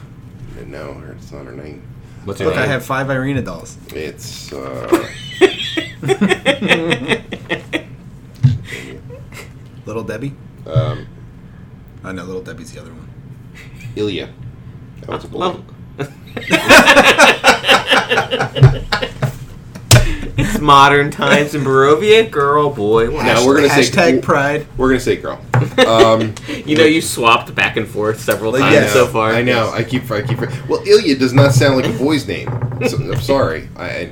B: No, her- it's not her name.
D: What's her
C: Look, I
D: name?
C: have five Irina dolls.
B: It's uh,
C: Little Debbie?
B: um,
C: Oh, no, Little Debbie's the other one.
B: Ilya. That was a boy.
D: Love- it's modern times in Barovia, girl, boy. what?
B: Now we're gonna say-
C: Hashtag pride.
B: We're gonna say girl. Um,
D: you know, you swapped back and forth several
C: Like,
D: times
B: I know,
D: so far.
B: I know. I keep. I keep. Well, Ilya does not sound like a boy's name. So, I'm sorry. I, I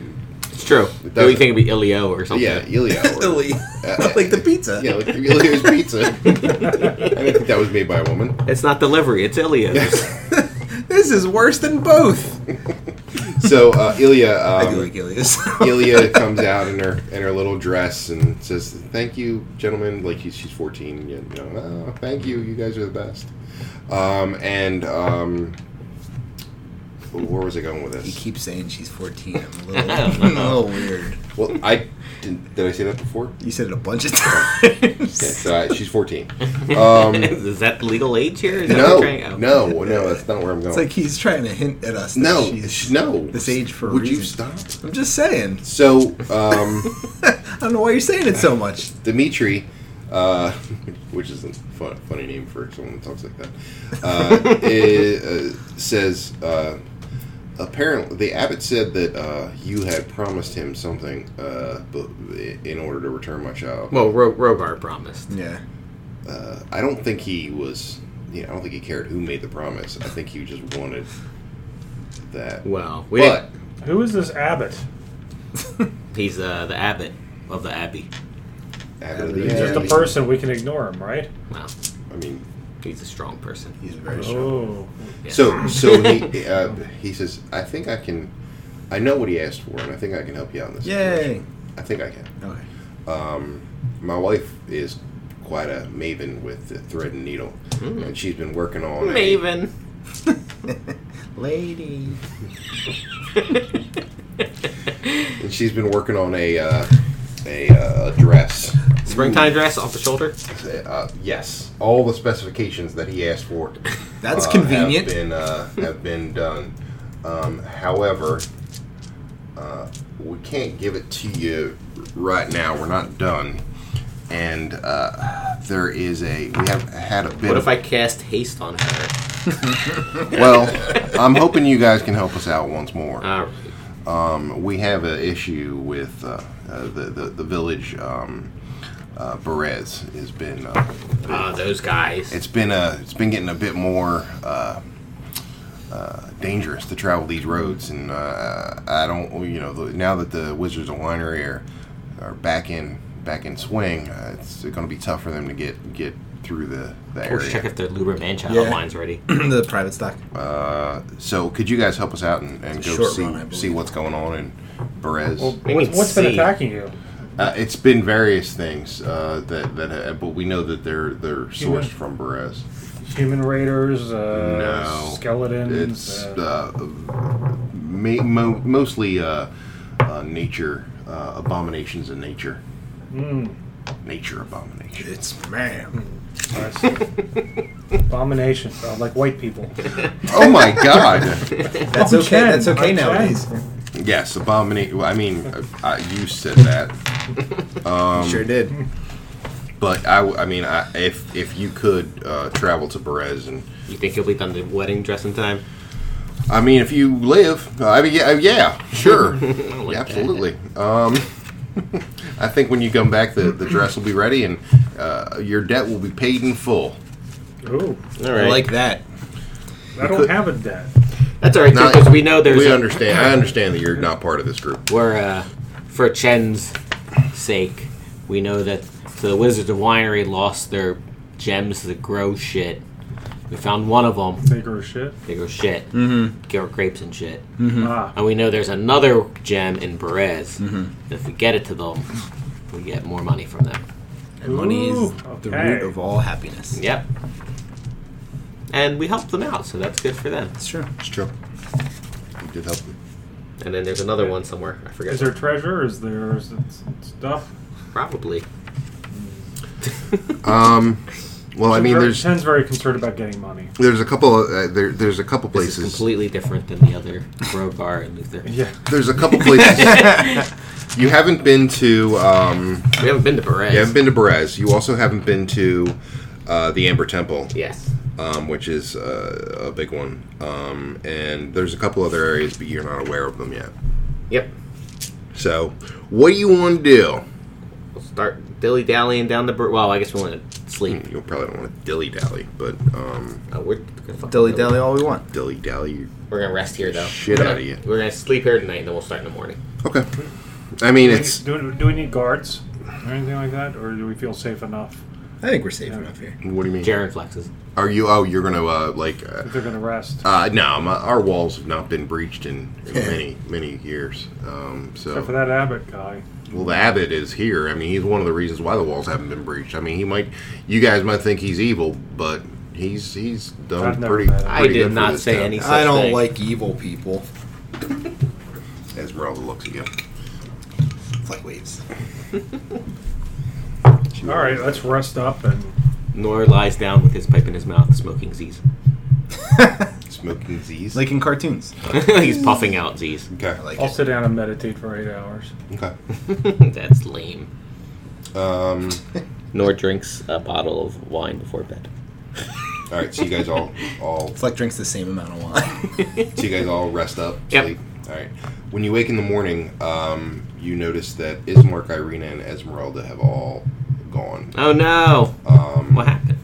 D: It's true.
B: It
D: Do you
B: doesn't.
D: think it'd be Ilio or something?
B: yeah, Ilya. Or,
C: Illy.
B: uh,
C: like the pizza.
B: Yeah, like Ilya's pizza. I didn't think that was made by a woman.
D: It's not delivery. It's Ilio.
C: this is worse than both.
B: Um, so uh, Ilya. Um,
C: I do like Ilias.
B: Ilya comes out in her in her little dress and says, "Thank you, gentlemen." Like she's she's fourteen, you know. "Oh, thank you, you guys are the best. Um, and um, where was I going with
C: You
B: this?
C: keep saying she's 14. I'm a little,
D: I don't
C: I'm a little weird.
B: Well, I did, did I say that before?
C: You said it a bunch of times.
B: Yeah, so I, she's fourteen. Um,
D: is that legal age here? Is that what
B: no,
D: you're trying- oh.
B: no, no, that's not where I'm
C: It's
B: going.
C: like he's trying to hint at us. That
B: no,
C: she's,
B: sh- no.
C: this age for a
B: would you
C: reason.
B: stop?
C: I'm just saying.
B: So um,
C: I don't know why you're saying it so much.
B: Dimitri, uh, which is a fun, funny name for someone that talks like that, uh, i- uh, says uh, apparently the abbot said that uh, you had promised him something, uh, but in order to return my child.
D: Well, Ro- Rogar promised.
C: Yeah.
B: Uh, I don't think he was. You know, I don't think he cared who made the promise. I think he just wanted that.
D: Well, we
B: But
D: didn't-
E: Who is this abbot?
D: he's uh, the abbot of the abbey.
B: abbot of the
C: Yeah.
E: Just a
B: Abbey-
E: person. We can ignore him, right?
D: Wow,
B: I mean,
D: he's a strong person.
C: He's very strong.
E: Oh,
D: Yeah.
B: So, so he uh, he says, "I think I can. I know what he asked for, and I think I can help you out in this.
C: Yay.
B: situation. I think I can.
C: Okay.
B: Um, my wife is quite a maven with the thread and needle,
D: Hmm.
B: and she's been working on a-
D: Maven.
C: Lady.
B: and she's been working on a uh, a uh, dress.
D: Springtime dress off the shoulder.
B: Uh, yes, all the specifications that he asked for.
C: That's
B: uh,
C: convenient.
B: Have been, uh, have been done. Um, however, uh, we can't give it to you right now. We're not done, and uh, there is a we have had a bit.
D: What
B: of,
D: if I cast haste on her?
B: Well, I'm hoping you guys can help us out once more.
D: All right.
B: Um, we have an issue with uh, uh, the, the the village. Um, uh, Perez has been. Uh,
D: Ah, those guys.
B: it's been uh, it's been getting a bit more uh, uh, dangerous to travel these roads, and uh, I don't, you know, the, now that the Wizards of Winery are, are back in back in swing, uh, it's going to be tough for them to get get through the, the
D: Let's check
B: area.
D: if the Luber Manchild
C: Yeah.
D: line's ready.
C: the private stock.
B: Uh, so, could you guys help us out and, and
C: It's a
B: go
C: short
B: see
C: run, I believe.
B: see what's going on in Perez?
E: well,
D: We
E: what's,
D: can
E: what's been
D: see.
E: attacking you?
B: uh, it's been various things uh, that that, uh, but we know that they're they're sourced from Perez.
E: Human raiders, uh,
B: No.
E: skeletons.
B: It's
E: uh,
B: uh, ma- mo- mostly uh, uh, nature uh, abominations in nature.
E: mm,
B: Nature abomination.
C: It's ma'am.
E: I see. Abomination, uh, like white people.
B: oh my god!
C: That's okay. That's okay nowadays.
B: Yes, abomination. I mean, uh, I, you said that, Um,
C: You sure did.
B: but I, w- I mean, I, if if you could uh, travel to Perez and.
D: You think he'll be done the wedding dress in time?
B: I mean, if you live, uh, I mean, yeah, yeah sure,
D: like
B: absolutely. Um, I think when you come back, the, the dress will be ready, and uh, your debt will be paid in full.
E: Ooh,
D: All
C: I like that.
E: I don't have a debt.
D: that's all right
B: No,
D: because we know there's
B: we
D: a-
B: understand. I understand that you're not part of this group.
D: we're uh, for Chen's sake, we know that the Wizards of Winery lost their gems that grow shit. We found one of them.
E: Bigger shit.
D: They grow shit, mm-hmm. grapes and shit.
E: Ah,
D: And we know there's another gem in Perez. If we get it to them, we get more money from them.
C: And money is
E: Ooh,
C: the
E: okay.
C: root of all happiness.
D: Yep. And we helped them out, so that's good for them.
C: That's true.
B: It's true. You did help me.
D: And then there's another one somewhere. I forget.
E: is there treasure? Is there is it s- stuff?
D: Probably.
B: Um, Well, I mean,
E: Very-
B: there's
E: Chen's very concerned about getting money.
B: there's a couple of, uh, there there's a couple
D: This is
B: places
D: completely different than the other Rogar and Luther.
E: Yeah.
B: there's a couple places you haven't been to. Um,
D: We haven't been to Perez.
B: you haven't been to Berez. You also haven't been to uh, the Amber Temple.
D: Yes.
B: um, which is uh, a big one. Um, and there's a couple other areas, but you're not aware of them yet.
D: Yep.
B: So, what do you want to do?
D: We'll start dilly dallying down the. Bur- well, I guess we want to sleep.
B: Hmm, You probably don't want to dilly dally, but um,
D: Uh, we're gonna fucking-
C: Dilly dally all we want.
B: dilly dally
D: We're gonna rest here though.
B: shit
D: We're
B: out
D: gonna,
B: of you.
D: We're gonna sleep here tonight, and then we'll start in the morning.
B: Okay. I mean,
E: Do we,
B: it's
E: do, we- do we need guards or anything like that, or do we feel safe enough
C: I think we're safe enough here.
B: what do you mean?
D: Jaren flexes.
B: Are you? Oh, you're gonna uh, like? Uh,
E: that they're going to rest?
B: uh, no, my, our walls have not been breached in, in many many years. Um,
E: Except for
B: so,
E: that Abbott guy.
B: well, the abbot is here. I mean, he's one of the reasons why the walls haven't been breached. I mean, he might. You guys might think he's evil, but he's he's
E: I've
B: done
E: never
B: pretty.
E: met
B: pretty
E: him. I
D: I
B: good
D: did
B: for
D: not
B: this
D: say
B: town.
D: any such
C: I don't
D: thing.
C: like evil people.
B: Esmeralda looks at you.
C: It's like waves.
E: All right, let's rest up and
D: Nor lies down with his pipe in his mouth, smoking Z's.
B: Smoking Z's.
C: Like in cartoons.
D: He's puffing out Z's.
B: okay.
C: I like
E: I'll
C: it.
E: sit down and meditate for eight hours.
B: okay.
D: That's lame.
B: Um,
D: Nor drinks a bottle of wine before bed.
B: all right. So you guys all all
C: It's like drinks the same amount of wine.
B: so you guys all rest up.
D: Yep.
B: Sleep. All right. When you wake in the morning, um, you notice that Ismark, Irina, and Esmeralda have all gone.
D: Oh no!
B: Um,
D: What happened?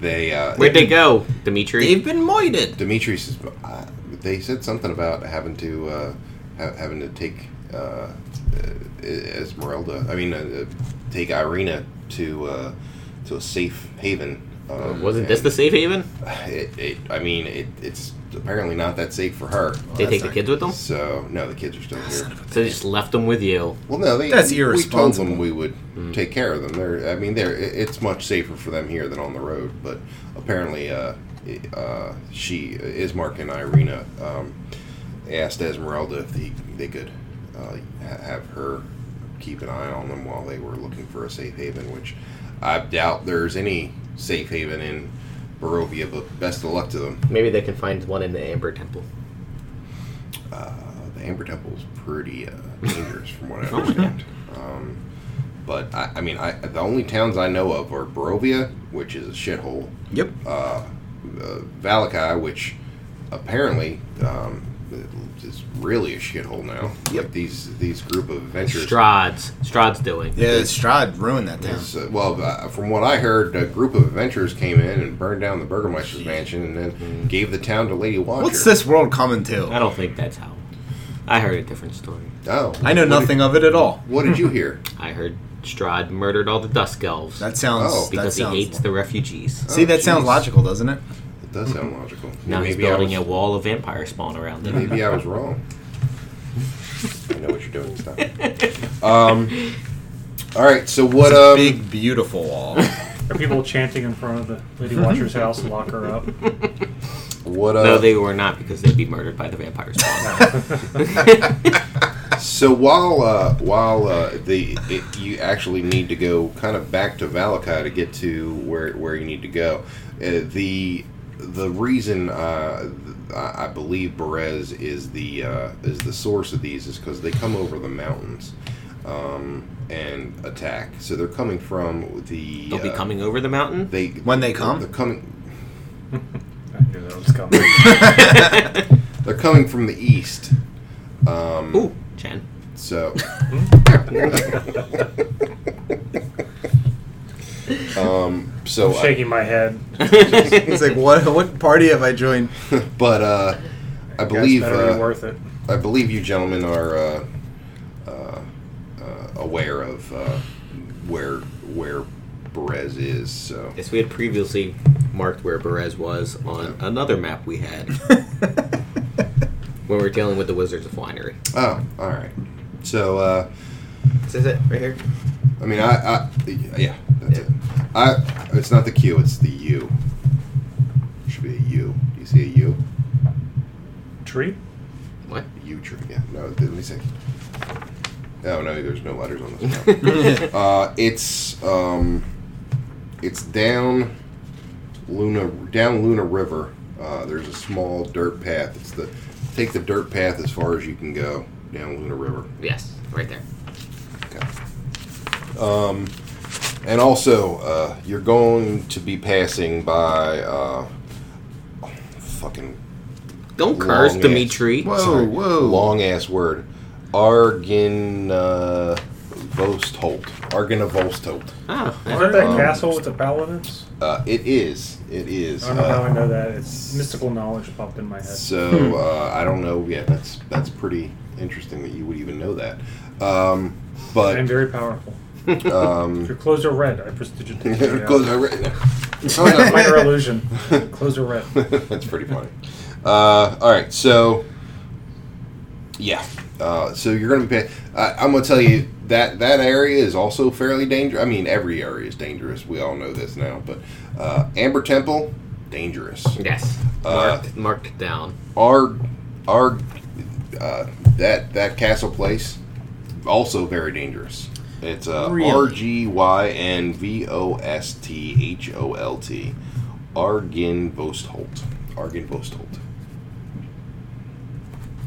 B: They uh,
D: Where'd they go, Dimitri?
C: They've been moited.
B: Demetrius is. Uh, they said something about having to uh, ha- having to take uh, uh, Esmeralda. I mean, uh, uh, take Irina to uh, to a safe haven. Um,
D: Wasn't this
B: and-
D: the safe haven?
B: It, it, I mean, it, it's apparently not that safe for her.
D: they
C: that's
D: take the
C: not
D: kids with them,
B: So no, the kids are still here.
D: so they just left them with you.
B: Well, no, they,
C: That's
B: We told
C: irresponsible.
B: them we would take care of them. They're, I mean, they're, it- it's much safer for them here than on the road. But apparently, uh, i- uh, she Ismark and Irina um, asked Esmeralda if they, they could uh, ha- have her keep an eye on them while they were looking for a safe haven, which I doubt there's any safe haven in Barovia. But best of luck to them.
D: Maybe they can find one in the Amber Temple.
B: Uh, the Amber Temple is pretty uh, dangerous, from
D: Oh,
B: what I understand. um, but I, I mean, I, the only towns I know of are Barovia, which is a shithole,
C: Yep.
B: uh, uh, Valakai, which apparently um, is really a shithole now.
C: Yep.
B: Like these these group of adventurers.
D: Strahd's. Strahd's doing.
C: Yeah, Strahd ruined that town.
B: is, uh, well, uh, from what I heard, a group of adventurers came in and burned down the Burgermeister's mansion, and then
D: Mm-hmm.
B: gave the town to Lady Watcher.
C: What's this world coming to?
B: Uh,
D: I don't think that's how. I heard a different story.
B: Oh,
C: I know
B: what did-
C: nothing of it at all.
B: what did you hear?
D: I heard Strahd murdered all the Dusk Elves
C: That sounds.
B: Oh.
C: that
D: because he
C: sounds,
D: hates the refugees.
C: See,
B: Oh,
C: that sounds
B: jeez.
C: logical, doesn't it?
B: It does sound logical.
D: Now he's
B: I
D: building
B: was-
D: a wall of vampire spawn around
C: Mm-hmm.
D: them.
B: Maybe I was wrong. I know what you're doing. Stop. Um. All right. So what?
C: It's a
B: Um,
C: big, beautiful wall.
E: Are people chanting in front of the Lady Watcher's house, lock her up?
B: What? Uh,
D: No, they were not because they'd be murdered by the vampire spawn.
B: So while uh, while uh, the it, you actually need to go kind of back to Valakai to get to where where you need to go, uh, the the reason uh, th- I I believe Berez is the uh, is the source of these is because they come over the mountains um, and attack. So they're coming from the.
D: They'll be
B: uh,
D: coming over the mountain.
B: They
C: When they come?
B: they're coming
E: I knew that was coming.
B: They're coming from the east. Um,
D: Ooh, Chen.
B: So. um, so.
E: I'm shaking my head.
C: He's like, what? What party have I joined?
B: I, but uh, I believe
E: Guys, better be
B: uh,
E: worth it.
B: I believe you gentlemen are uh, uh, uh, aware of uh, where where Perez is. So.
D: Yes, we had previously marked where Perez was on another map we had when we were dealing with the Wizards of Winery.
B: Oh, all right. So. Uh,
D: This is it, right here.
B: I mean, I, I yeah, that's it. I it's not the Q, it's the U. Should be a U. Do you see a U?
E: Tree?
D: What?
B: U tree. Yeah. No, let me see. Oh no, there's no letters on this. one. uh, it's um, it's down Luna down Luna River. Uh, there's a small dirt path. It's the take the dirt path as far as you can go down Luna River.
D: Yes, right there.
B: Okay. Um, and also, uh, you're going to be passing by. Uh, fucking
D: Don't curse,
B: Long
D: Dimitri.
B: ass- sorry, Long ass word. Argin uh, Vostholt. Argin Vostholt.
D: Oh,
E: Is that that
B: Um,
E: castle with the paladins?
B: Uh, it is. It is.
E: I don't know how
B: Uh,
E: I know Hmm. that. It's mystical knowledge popped in my head.
B: so uh, I don't know. Yeah, that's that's pretty interesting that you would even know that. Um,
E: I'm
B: but
E: very powerful.
B: um,
E: Your clothes are red. I prestigitate. you.
B: close my ri-
E: Minor illusion. Clothes are red.
B: That's pretty funny. Uh, all right, so yeah, uh, so you're gonna be. Pay- I I'm gonna tell you that that area is also fairly dangerous. I mean, every area is dangerous. We all know this now, but uh, Amber Temple, dangerous.
D: yes.
B: Uh,
D: Marked, marked down.
B: Our our uh, that that castle place also very dangerous. It's uh,
D: Really?
B: R G Y N V O S T H O L T, Argin Vostholt. Argin Vostholt.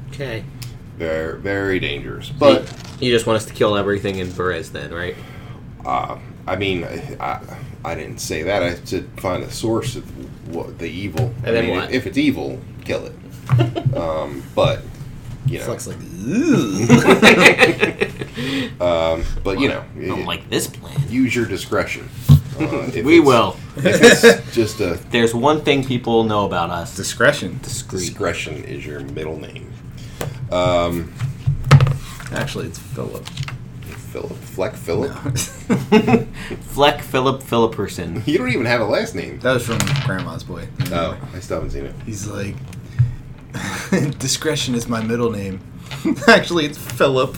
D: Okay.
B: Very, very dangerous. But
D: you just want us to kill everything in Perez, then, right?
B: uh, I mean, I, I, I didn't say that. I said find the source of what the evil. I
D: And then
B: mean,
D: what?
B: If, if it's evil, kill it. um, but you know,
C: Flex like, ooh.
B: um, but you know,
D: I don't
B: it-
D: like this plan.
B: use your discretion. Uh, if
D: We
B: it's-
D: will.
B: If it's just a
D: There's one thing people know about us.
C: Discretion.
D: Discreet.
B: discretion is your middle name.
C: Actually, it's Philip.
B: Philip Fleck Philip.
D: Fleck Philip Philipperson.
B: You don't even have a last name.
C: That was from Grandma's Boy.
B: No, I still haven't seen it.
C: He's like, discretion is my middle name. Actually, it's Philip.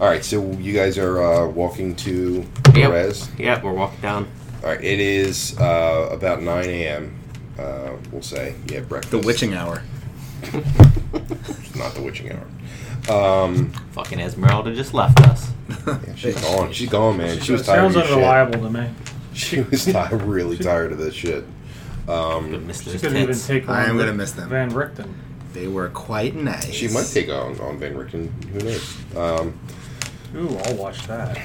B: All right, so you guys are uh, walking to
D: Yep.
B: Perez.
D: Yep, we're walking down.
B: All right, it is uh, about 9 a.m. Uh, we'll say, yeah, breakfast.
C: The witching hour.
B: not the witching hour. Um,
D: Fucking Esmeralda just left us.
B: yeah, she's gone. She's gone, man. She
E: It
B: was tired
E: sounds
B: of this shit.
E: unreliable to me.
B: She was ti- really tired of this shit. Um,
D: Gonna miss
E: She
D: those
E: could even
D: tits.
E: take.
C: I am
E: on
C: gonna miss them.
E: Van Richten.
C: They were quite nice.
B: She might take on on Van Richten. Who knows? Um,
E: Ooh, I'll watch that.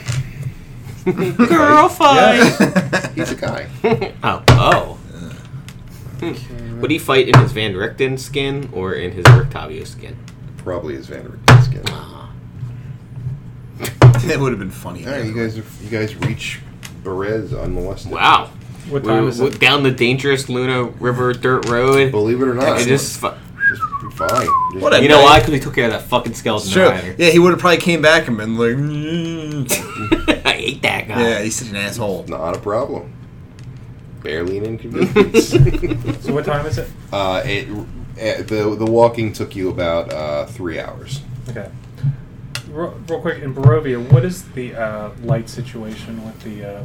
D: Girl fight.
B: he's a guy.
D: Oh, oh. Hmm. Would he fight in his Van Richten skin or in his Rictavio skin?
B: Probably is Van Richten's skin.
C: That would have been funny.
B: All right, you guys, you guys reach Perez unmolested.
D: Wow.
E: What
D: We
E: time is
D: went
E: it?
D: down the dangerous Luna River dirt road.
B: Believe it or not,
D: It just, fu-
B: just fine. Just-
C: What a-
D: you know why? Because we took care of that fucking skeleton
C: It's true.
D: rider.
C: Yeah, he would have probably came back and been like, "Mm."
D: I hate that guy.
C: yeah, he's such an asshole.
B: not a problem. Barely an inconvenience.
E: So what time is it?
B: Uh, it, eh, the the walking took you about uh, three hours.
E: Okay. Real, real quick in Barovia, what is the uh, light situation with the uh,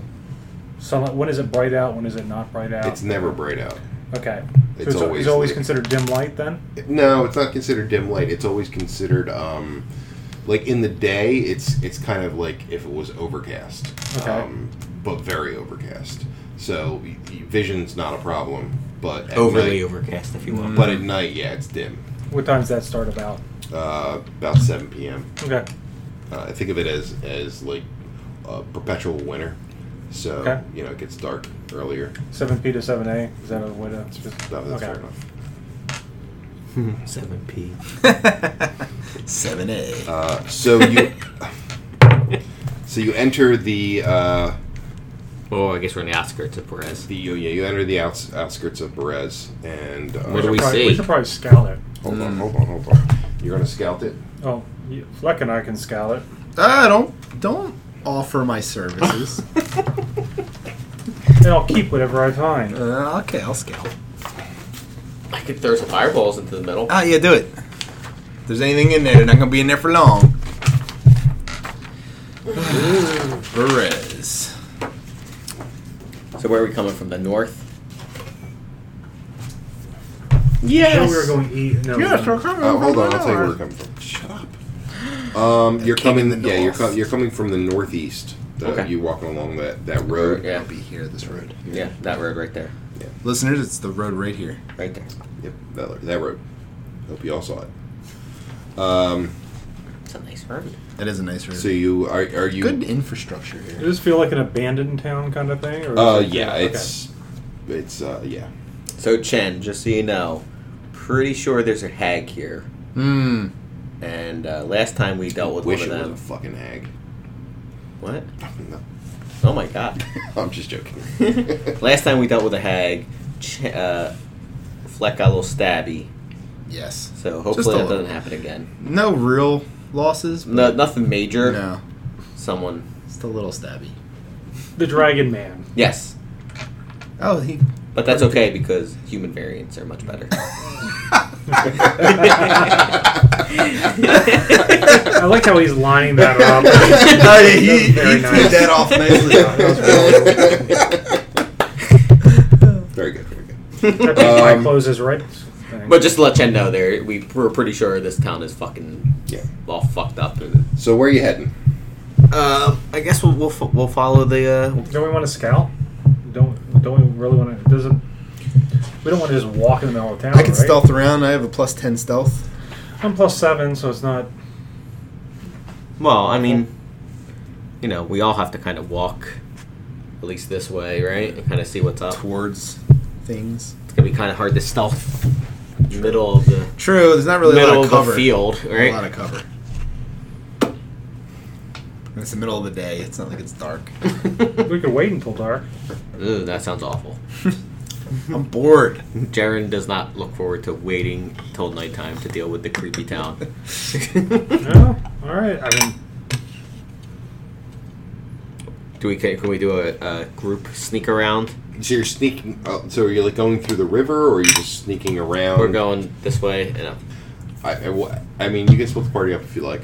E: sunlight? When is it bright out? When is it not bright out?
B: It's never bright out.
E: okay. So
B: it's
E: it's, al-
B: always
E: it's always
B: lit.
E: considered dim light then.
B: No, it's not considered dim light. It's always considered um, like in the day. It's it's kind of like if it was overcast,
E: Okay.
B: um, but very overcast. So y- y- vision's not a problem, but at
D: Overly
B: night,
D: overcast, if you will.
B: but at night, yeah, it's dim.
E: What time's that start about?
B: Uh, about seven p.m.
E: Okay.
B: Uh, I think of it as as like uh, perpetual winter. So
E: Okay.
B: you know it gets dark earlier.
E: Seven P to seven A. Is that a way to? Just,
B: No, that's
E: okay.
B: fair enough.
D: Mm-hmm. 7p.
C: Seven A.
B: Uh, so you so you enter the uh,
D: Oh, I guess we're in the outskirts of Perez.
B: the you, you enter the outs, outskirts of Perez and uh,
D: What do
E: should
D: we
E: probably,
D: see?
E: We should probably scout it.
B: hold on hold on hold on. You're gonna scout it.
E: Oh, you, Fleck and I can scout it.
C: Ah, don't don't offer my services.
E: And I'll keep whatever I find.
C: uh, okay, I'll scout.
D: I could throw some fireballs into the middle.
C: Ah, yeah, do it. If there's anything in there, they're not gonna be in there for long. Perez.
D: So where are we coming from? The north?
E: I
D: Yes!
E: thought we were going east. No,
C: Yes,
E: we
C: we're coming.
B: Uh, hold
C: from
B: on, I'll
C: the
B: tell you where we're
C: north.
B: coming from. Shut up. Um, you're
C: King
B: coming.
C: in the
B: Yeah, you're
C: north.
B: com- you're coming from the northeast. the
D: Okay.
B: you walking along that, that road.
D: Yeah.
C: I'll be here, this road.
D: Yeah, that road right there.
C: Listeners, it's the road right here.
D: Right there.
B: Yep, that, that road. Hope you all saw it. Um,
D: It's a nice road.
C: That is a nice road.
B: so you are are you
C: Good infrastructure here.
E: Does this feel like an abandoned town kind of thing? Or is
B: Uh,
E: it-
B: yeah,
E: okay.
B: it's it's uh, yeah.
D: So Chen, just so you know, pretty sure there's a hag here.
C: Hmm.
D: And uh, last time we dealt with one
B: Wish
D: of
B: it was a
D: them.
B: fucking hag.
D: What?
B: No,
D: Oh my god.
B: I'm just joking.
D: last time we dealt with a hag, Ch- uh, Fleck got a little stabby.
C: Yes.
D: So
C: Just a
D: hopefully that
C: little.
D: doesn't happen again.
C: No real losses.
D: No, nothing major.
C: No.
D: Someone.
C: Just a little stabby.
E: the Dragon Man.
D: Yes,
C: Oh, he.
D: but that's okay because human variants are much better.
E: I like how he's lining that up.
C: he he
E: Very
C: played
E: nice.
C: that off nicely.
B: very good, very good.
E: I think my
B: Um,
E: closes right.
D: but just to let Chen know, there we, we're pretty sure this town is fucking
B: Yeah.
D: all fucked up.
B: So where are you heading?
D: Um, I guess we'll we'll, fo- we'll follow the. Uh,
E: don't we want to scout? Don't don't we really want to? Doesn't we don't want to just walk in the middle of town?
C: I can
E: right?
C: stealth around. I have a plus 10 stealth.
E: I'm plus seven, so it's not.
D: well, I mean, you know, we all have to kind of walk, at least this way, right? And kind of see what's up.
C: towards things.
D: It's gonna be kind of hard to stealth middle of the
C: True, there's not really a
D: middle
C: lot
D: of
C: of cover.
D: the field,
C: A lot
D: right?
C: of cover. And It's the middle of the day. It's not like it's dark.
E: We could wait until dark.
D: Ooh, that sounds awful.
C: I'm bored.
D: Jaren does not look forward to waiting till nighttime to deal with the creepy town.
E: No, all right. I mean,
D: do we can, can we do a, a group sneak around?
B: So you're sneaking. Uh, so are you like going through the river, or are you just sneaking around?
D: We're going this way, and up.
B: I, I, wa- I mean, you can split the party up if you like.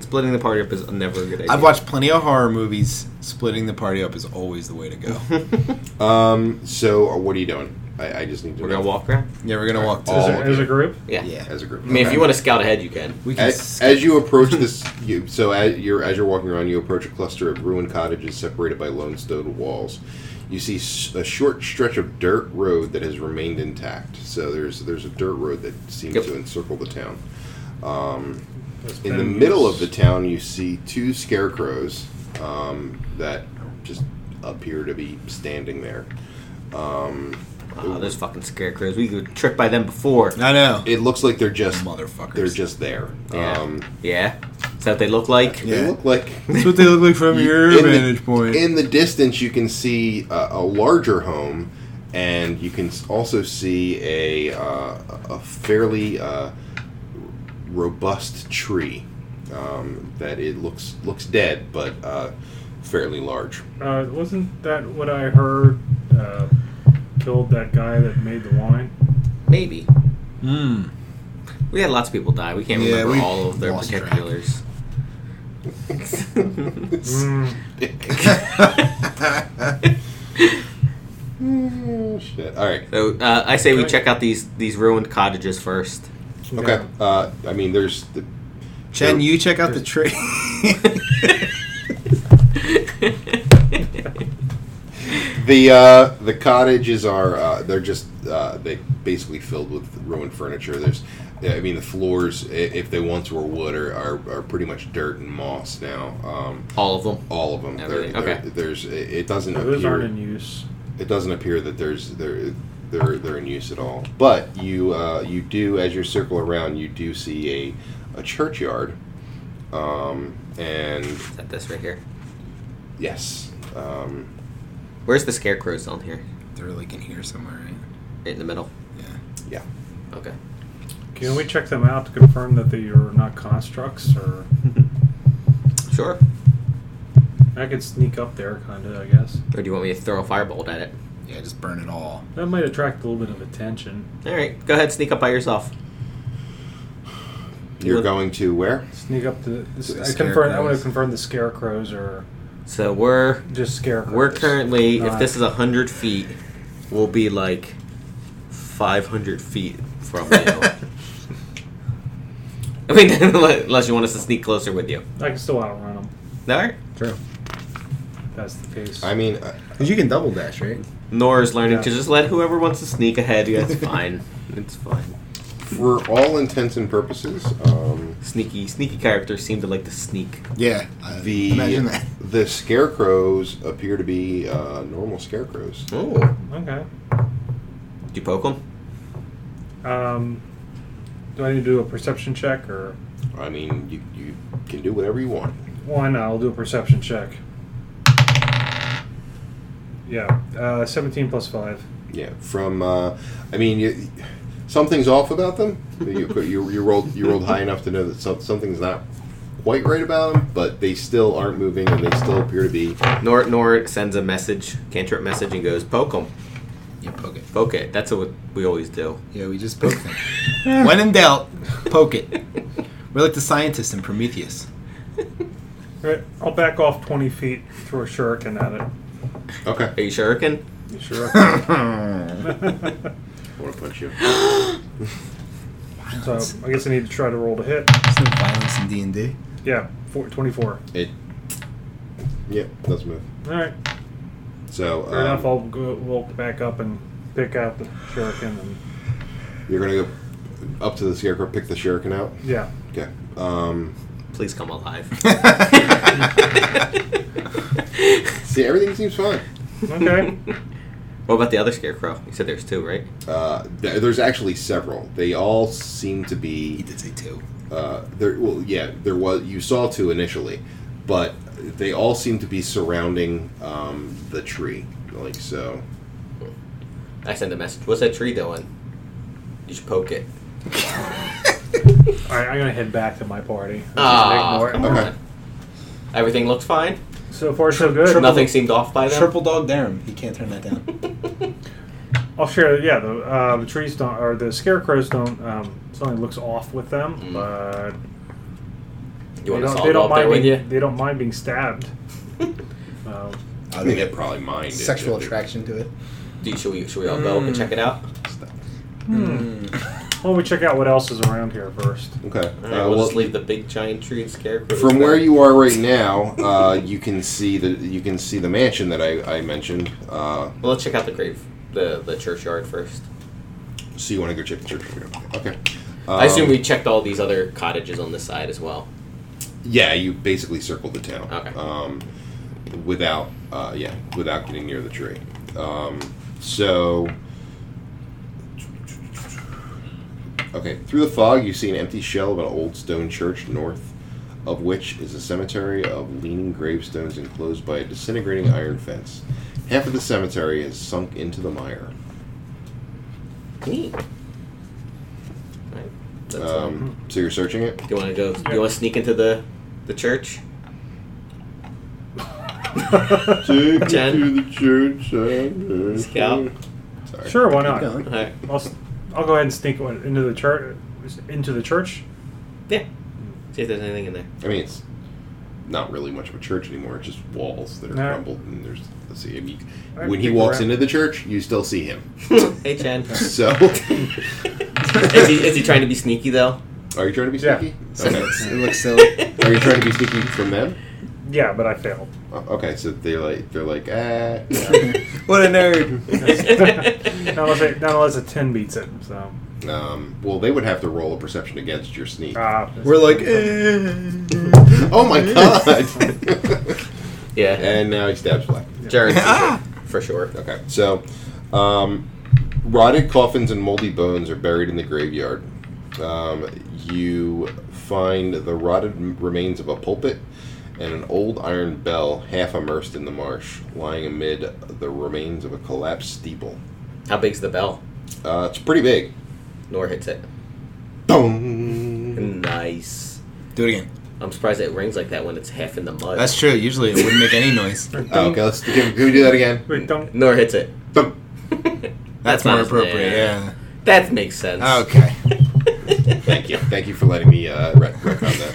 D: splitting the party up is never a good idea.
C: I've watched plenty of horror movies. Splitting the party up is always the way to go.
B: Um. So uh, what are you doing? I, I just need to.
D: We're
B: know.
D: gonna walk around.
C: yeah, we're gonna walk. To
B: All
E: as,
B: of
E: a, as
B: you.
E: a group,
D: Yeah.
C: Yeah.
B: as a group.
D: I mean, if you want to scout ahead, you can.
C: we can.
B: As,
C: skip-
B: as you approach this, you so as you're as you're walking around, you approach a cluster of ruined cottages separated by lone stone walls. You see s- a short stretch of dirt road that has remained intact. So there's there's a dirt road that seems
D: Yep.
B: to encircle the town. Um,
E: It's
B: in the
E: been-
B: middle of the town, you see two scarecrows um, that just appear to be standing there. Um,
D: Wow, Oh, those fucking scarecrows. We got tricked by them before.
C: I know.
B: it looks like they're just
C: Motherfuckers.
B: they're just there.
D: Yeah.
B: Um,
D: Yeah. Is that what they look like?
B: They
C: Yeah.
B: look like
C: That's what they look like from
B: You-
C: your
B: in the-
C: vantage point.
B: In the distance, you can see a, a larger home, and you can s- also see a uh, a fairly uh, robust tree um, that it looks looks dead, but uh, fairly large.
E: uh, wasn't that what I heard? Uh, killed that guy that made the wine.
D: Maybe.
C: Mm.
D: We had lots of people die. We can't
C: Yeah,
D: remember
C: we've
D: all of their
C: lost track.
D: particulars.
E: Mm,
B: Shit. All right.
D: So uh, I say we
E: Right.
D: check out these these ruined cottages first.
E: Mm.
B: Okay. Uh, I mean, there's the,
C: Chen, you check out the tree.
B: the uh, the cottages are uh, they're just uh, they basically filled with ruined furniture. There's, I mean, the floors i- if they once were wood are, are, are pretty much dirt and moss now. Um,
D: all of them.
B: all of them. They're-
D: Everything,
B: they're-
D: okay.
B: There's it it doesn't
E: no, those aren't
B: appear
E: in use.
B: it doesn't appear that there's they're they're they're in use at all. But you uh, you do as you circle around you do see a a churchyard, um, and
D: Is that this right here?
B: yes. Um,
D: Where's the scarecrows on here?
C: they're like in here somewhere, right?
D: In the middle.
C: Yeah.
D: Okay.
E: Can we check them out to confirm that they are not constructs? Or
D: Sure.
E: I could sneak up there, kind of, I guess.
D: Or do you want me to throw a firebolt at it?
C: Yeah, just burn it all.
E: That might attract a little bit of attention.
D: All right. Go ahead. Sneak up by yourself.
B: you're
D: Look-
B: going to where?
E: Sneak up to this.
C: The
E: I confirm. I want
C: scarecrows.
E: to confirm the scarecrows or
D: So we're
E: just scarecrows.
D: we're currently if
E: Not-
D: this is a hundred feet, we'll be like five hundred feet from you. I mean, unless you want us to sneak closer with you.
E: I can still outrun them.
D: All right.
C: True.
E: that's the case.
B: I mean, uh, I,
C: Because you can double dash, right?
D: Nora's learning to
E: Yeah.
D: just let whoever wants to sneak ahead. That's fine. It's fine.
B: for all intents and purposes, um,
D: Sneaky, sneaky characters seem to like to sneak.
C: Yeah. I-
B: the
C: imagine that.
B: the scarecrows appear to be uh, normal scarecrows.
D: Oh,
E: okay.
D: do you poke them?
E: Um, do I need to do a perception check or
B: I mean, you, you can do whatever you want.
E: one? I'll do a perception check. Yeah, uh, seventeen plus five.
B: Yeah, from uh, I mean, you, something's off about them. You, you, you rolled you rolled high enough to know that some, something's not quite right about them, but they still aren't moving, and they still appear to be.
D: Nor Nor sends a message, cantrip message, and goes poke them,
C: You poke it.
D: poke it. That's what we always do.
C: Yeah, we just poke them. when in doubt, poke it. We're like the scientists in Prometheus.
E: All right, I'll back off twenty feet, throw a shuriken at it.
B: Okay,
D: Are you shuriken?
E: You sure?
B: I want to punch you.
E: so
C: Violence.
E: I guess I need to try to roll to hit.
C: There's no violence in D and D.
E: Yeah, four, 24.
B: It. Yeah, does move.
E: All right,
B: So
E: fair enough.
B: um,
E: I'll go walk back up and pick out the shuriken and
B: you're gonna go up to the scarecrow, pick the shuriken out.
E: yeah.
B: Okay. Um,
D: Please come alive.
B: see, everything seems fine.
E: Okay.
D: what about the other scarecrow? You said there's two, right?
B: Uh, there, there's actually several. They all seem to
C: He
B: be
C: did say two.
B: uh, there. Well, yeah, there was. You saw two initially, but they all seem to be surrounding um, the tree. Like so.
D: I sent a message. What's that tree doing? You should poke it.
E: All right, I'm gonna head back to my party.
D: Ah,
E: Ignore it.
D: come
B: Okay.
D: on. Everything looks fine.
E: So far, so good.
D: Nothing seemed off by them.
C: Triple dog Durham. He can't turn that down.
E: I'll share. Yeah, the uh, the trees don't, or the scarecrows don't. Um, something looks off with them, but
D: Mm. You
E: they don't.
D: want to
E: They
D: solve
E: don't
D: up there
E: mind.
D: with you?
E: Being, they don't mind being stabbed. um,
C: Oh,
B: I think that probably mine.
C: Sexual attraction to it.
D: Do you, should we should we all go up and check it out?
E: why don't we check out what else is around here first?
B: Okay. Uh,
D: All right, we'll,
B: well,
D: just leave the big giant tree and scarecrow.
B: from where you are right now, uh, you can see the you can see the mansion that I, I mentioned. Uh,
D: Well, let's check out the grave, the the churchyard first.
B: so you want to go check the church? Okay.
D: I assume
B: Um,
D: we checked all these other cottages on this side as well.
B: Yeah, you basically circled the town.
D: Okay.
B: Um, without, uh, yeah, without getting near the tree. Um, so, okay, through the fog, you see an empty shell of an old stone church north of which is a cemetery of leaning gravestones enclosed by a disintegrating iron fence. Half of the cemetery is sunk into the mire.
D: Neat. All right, that's, um,
B: Um, so you're searching it?
D: do you want to go? Do you want to sneak into the the church?
B: Take me
D: Jen?
B: to the church. uh, I'm here.
D: Scout?
B: Sorry.
E: Sure, why not?
C: going.
D: All right.
E: I'll, s- I'll go ahead and sneak one into the church. Into the church.
D: Yeah. See if there's anything in there.
B: I mean, it's not really much of a church anymore. It's just walls that are
E: No.
B: crumbled, and there's let's see. I mean,
E: I
B: when he
E: think
B: walks
E: we're-
B: into the church, you still see him.
D: hey, Chen.
B: So,
D: is, he, is he trying to be sneaky though?
B: are you trying to be
E: Yeah.
B: sneaky?
C: So it's-
B: Okay.
C: it looks silly.
B: are you trying to be sneaky from them?
E: Yeah, but I failed.
B: Oh, Okay, so they're like they're like ah.
C: what a nerd.
E: Not unless, it, not unless a ten beats it. So.
B: um, well, they would have to roll a perception against your sneak.
E: Ah,
C: We're like. eh.
B: Oh my god!
D: yeah.
B: and now he stabs black.
D: Jared. For sure.
B: Okay, so um, rotted coffins and moldy bones are buried in the graveyard. Um, you find the rotted m- remains of a pulpit and an old iron bell half immersed in the marsh, lying amid the remains of a collapsed steeple.
D: How big's the bell?
B: Uh, it's pretty big.
D: Nor hits it.
B: Boom!
D: Nice.
C: Do it again.
D: I'm surprised it rings like that when it's half in the mud.
C: That's true. Usually it wouldn't make any noise.
B: Oh, Okay, let's can we do that again.
E: Wait, don't.
D: Nor hits it.
B: Dum.
C: That's,
D: not
C: more
D: as-
C: appropriate.
D: yeah.
C: Yeah.
D: That makes sense.
C: Okay.
B: Thank you. Thank you for letting me uh, rec- rec on that.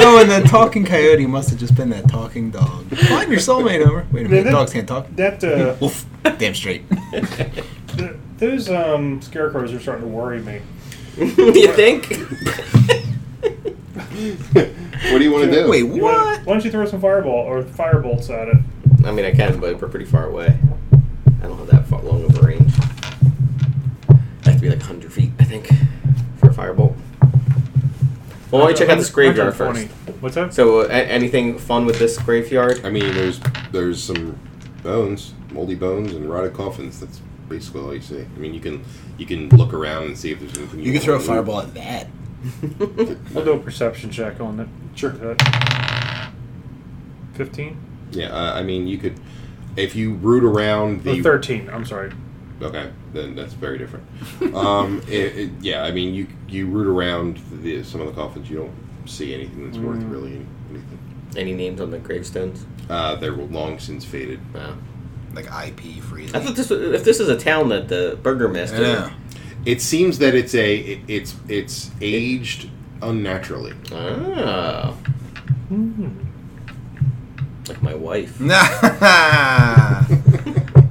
C: oh, and that talking coyote must have just been that talking dog. Find your soulmate over. Wait a minute.
E: that-
C: Dogs can't talk.
E: That uh,
C: Woof. Damn straight.
E: th- those um, scarecrows are starting to worry me.
D: you think?
B: what do you want to do?
C: Wait,
E: You wanna-
C: what?
E: why don't you throw some fireball or firebolts at it?
D: I mean, I can, but we're pretty far away. I don't have that far, long of a range. I have to be like 100 feet, I think, for a firebolt. Well, why don't you check out this graveyard first?
E: 120. What's that?
D: So, uh, a- anything fun with this graveyard?
B: I mean, there's there's some bones, moldy bones, and rotted coffins. That's basically all you see. I mean, you can you can look around and see if there's anything.
C: You can throw a
B: want to move.
C: fireball at that.
E: We'll do a perception check on it. Uh,
B: Sure.
E: Fifteen
B: Yeah, uh, I mean, you could if you root around
E: or
B: the
E: Oh, thirteen? I'm sorry.
B: Okay, then that's very different. um, it, it- yeah, I mean, you you root around the some of the coffins, you don't see anything that's worth
E: Mm.
B: really any- anything.
D: Any names on the gravestones?
B: Uh, they're long since faded.
D: No.
C: Like IP
D: I thought
C: freely.
D: this was, if this is a town that the burgomaster.
C: Yeah.
B: It seems that it's a it, it's it's aged unnaturally.
D: Ah,
E: Hmm.
D: like my wife.
C: Hmm.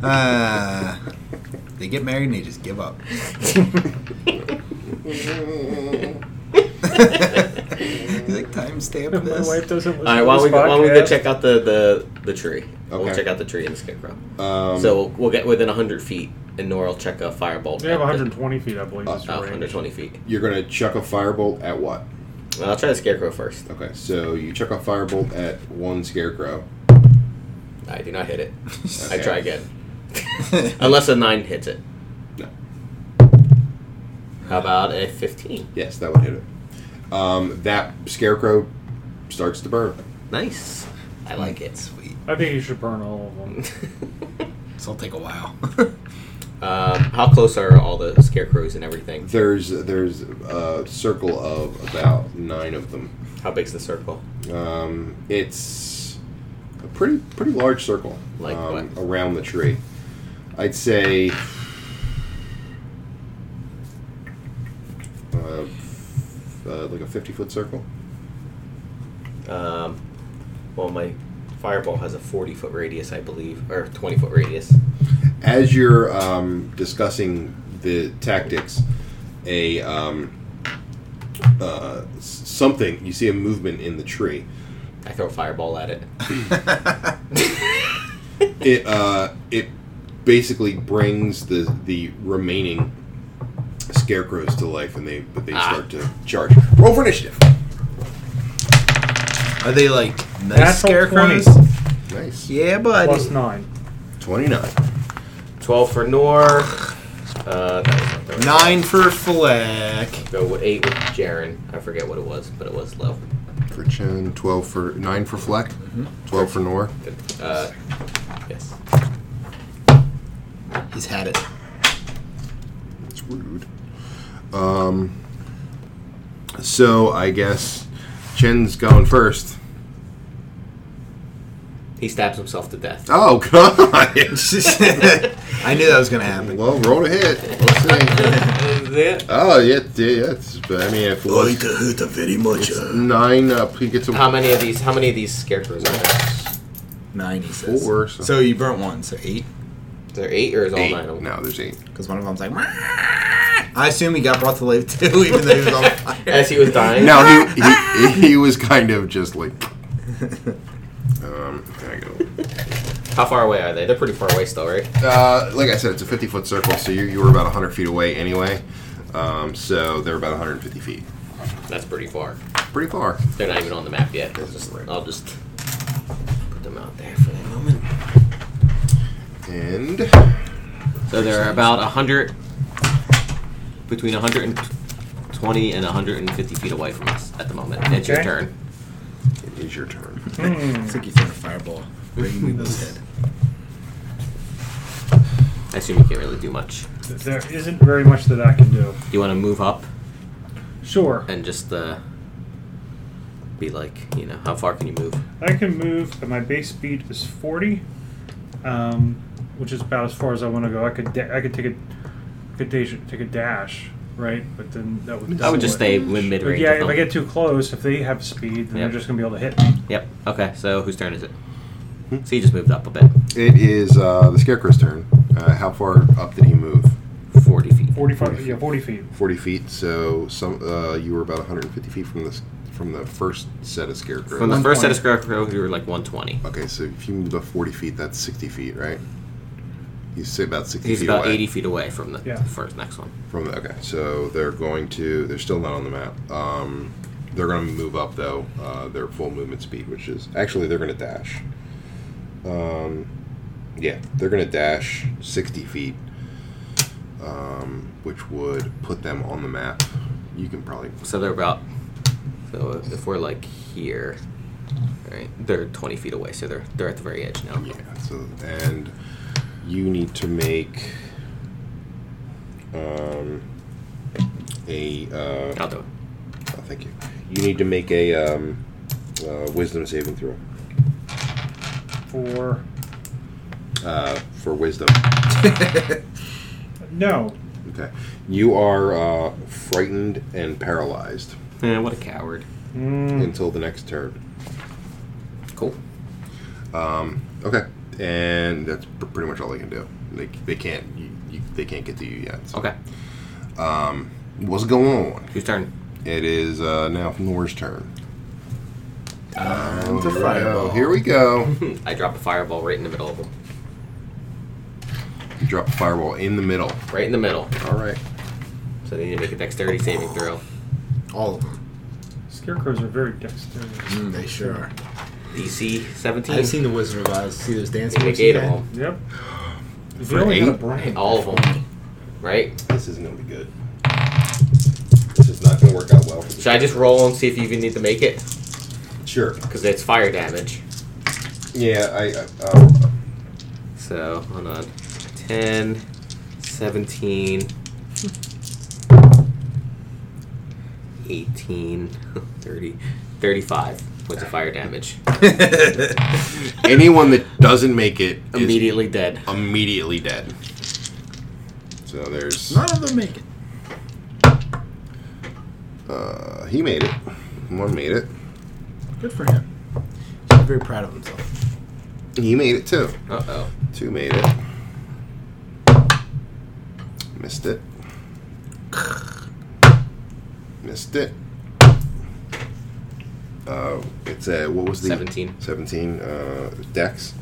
C: Ah. they get married and they just give up. He's like, timestamp
E: If my
C: this.
E: wife doesn't listen
D: All right,
E: to
D: why don't
E: this
D: we go, why don't we go
E: podcast-
D: check out the the, the tree? We'll
B: Okay.
D: check out the tree and the scarecrow.
B: Um,
D: so we'll, we'll get within hundred feet, and Nora will check a fireball.
E: They have 120 feet, I believe. is
D: Oh,
E: your range.
D: 120 feet.
B: you're gonna chuck a firebolt at what?
D: Well, I'll try the scarecrow first.
B: Okay, so you chuck a firebolt at one scarecrow.
D: I do not hit it. I
B: Okay.
D: try again. Unless a nine hits it.
B: No.
D: How about a 15?
B: Yes, that would hit it. Um, that scarecrow starts to burn.
D: Nice. I like it.
C: Sweet.
E: I think you should burn all of them.
C: This will take a while.
D: um, how close are all the scarecrows and everything?
B: There's there's a circle of about nine of them.
D: How big's the circle?
B: Um, it's a pretty pretty large circle
D: Like
B: um,
D: what?
B: around the tree. I'd say uh, f- uh, like a fifty foot circle.
D: Um, well, my fireball has a 40 foot radius, I believe, or 20 foot radius.
B: As you're um, discussing the tactics, a um, uh, s- something you see a movement in the tree.
D: I throw a fireball at it.
B: it uh, it basically brings the the remaining scarecrows to life, and they but they
D: Ah.
B: start to charge. Roll for initiative.
C: Are they like nice
E: Natural
C: scarecrows?
E: 20.
B: Nice.
C: Yeah, buddy.
E: Plus nine.
B: Twenty nine.
D: 12 for Nor. Uh, that was not
C: Nine for Fleck.
D: Go with 8 with Jaren. I forget what it was, but it was low.
B: For Chen, twelve for nine for Fleck, twelve for Nor.
D: Uh, yes.
C: He's had it.
B: It's rude. Um. So I guess Chen's going first.
D: He stabs himself to death.
B: Oh God!
C: I knew that was gonna happen.
B: well, roll a hit. Let's see. Oh yeah, yeah. That's, I mean, if it's
C: very much.
B: nine up, he gets a
D: How many of these? How many of these scarecrows are there?
C: Nine, he says.
B: four. So,
C: So you burnt one, so eight?
D: Is there eight or is all
B: eight.
D: nine of them?
B: Oh, No, there's eight.
C: Because one of them's like, "Wah!" I assume he got brought to life too, even though he was on fire.
D: As he was dying.
B: No, he, he he was kind of just like. Um, there I go.
D: How far away are they? They're pretty far away still, right?
B: Uh, like I said, it's a 50 foot circle, so you, you were about 100 feet away anyway. Um, so they're about 150 feet.
D: That's pretty far.
B: Pretty far.
D: They're not even on the map yet. I'll
B: That's
D: just,
B: right.
D: I'll just put them out there for the moment.
B: And
D: So there are about hundred, between 120 and 150 feet away from us at the moment. It's your
E: Okay.
D: turn.
B: it is your turn.
E: Hmm.
C: It's like you threw a fireball right in his head.
D: I assume you can't really do much.
E: There isn't very much that I can do.
D: You want to move up
E: Sure.
D: and just uh, be like, you know, how far can you move?
E: I can move. My base speed is 40, um, which is about as far as I want to go. I could da- I could take a could dash, take a dash, right? But then that would
D: I would just stay mid
E: But
D: range.
E: yeah, if I get too close, if they have speed, then
D: Yep.
E: they're just gonna be able to hit me.
D: Yep. Okay. So whose turn is it? So you just moved up a bit.
B: It is uh, the Scarecrow's turn. Uh, how far up did he move?
F: Forty feet.
E: 45, yeah, 40 feet.
B: 40 feet, so some uh, you were about 150 feet from this from the first set of scarecrows.
D: From the first set
C: 120.
D: of scarecrow, you were like 120.
B: okay, so if you move up 40 feet, that's 60 feet, right? You say about 60
D: He's
B: feet
D: about
B: away
D: 80 feet away from the
E: Yeah.
D: first next one.
B: from the, okay. So they're going to they're still not on the map. Um, they're going to move up though. Uh, their full movement speed, which is actually they're going to dash. Um, yeah, they're going to dash 60 feet, um, which would put them on the map. You can probably
D: So they're about. So if we're like here, right? They're 20 feet away, so they're they're at the very edge now.
B: Yeah. So and you need to make um, a. Uh,
D: I'll do it.
B: oh, thank you. You need to make a um, uh, wisdom saving throw
E: For.
B: uh, for wisdom.
E: No.
B: Okay. You are uh, frightened and paralyzed
D: Yeah, Eh, what a coward.
E: Mm,
B: until the next turn.
D: Cool.
B: Um, okay. And that's pr- pretty much all they can do. They, they can't you, you, they can't get to you yet. So.
D: Okay.
B: Um, what's going on?
D: Whose turn?
B: It is uh, now Nora's turn.
C: Um,
B: Here we go. Here we go.
D: Hmm, I drop a fireball right in the middle of them.
B: You drop a fireball in the middle.
D: Right in the middle.
B: All right.
D: So they need to make a dexterity saving throw.
C: All of them.
E: scarecrows are very dexterous.
C: Mm, they sure are.
D: DC
C: I've
D: 17.
C: seen the Wizard of Oz. See those dance
D: They make
C: moves. he
D: eight of
C: had?
D: them.
E: Yep. They
B: For
E: only got a
B: eight?
E: brain.
D: All of them. Right?
B: This isn't gonna be good. This is not gonna work out well. For the
D: Should I just roll and see if you even need to make it?
B: Sure.
D: Because it's fire damage.
B: Yeah. I. I uh,
D: So, hold on. 10, 17, 18, 30, 35. What's a fire damage?
B: anyone that doesn't make it is
D: Immediately dead.
B: immediately dead. So there's.
C: None of them make it.
B: Uh, he made it. One made it.
C: Good for him. He's very proud of himself.
B: He made it too.
D: Uh oh.
B: Two made it. Missed it. Missed it. Uh, it's a what was the
D: 17.
B: Seventeen. Uh, Dex.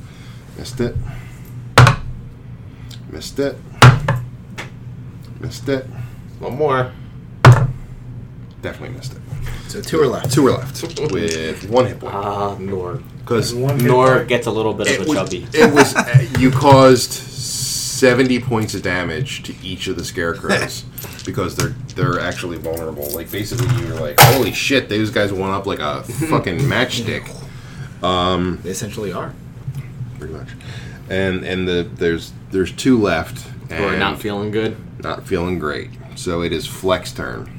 B: Missed it. Missed it. Missed it.
D: One more.
B: Definitely missed it.
C: So two are left.
B: Two are left with one hit point
D: Ah, Nor.
B: because
E: One hit
D: Nor
E: point.
D: gets a little bit
B: it
D: of a
B: was,
D: chubby.
B: it was uh, you caused 70 points of damage to each of the scarecrows because they're they're actually vulnerable like basically you were like holy shit those guys went up like a fucking matchstick
C: They essentially are.
B: pretty much and and the there's there's two left and
D: Nor not feeling good.
B: not feeling great so it is flex turn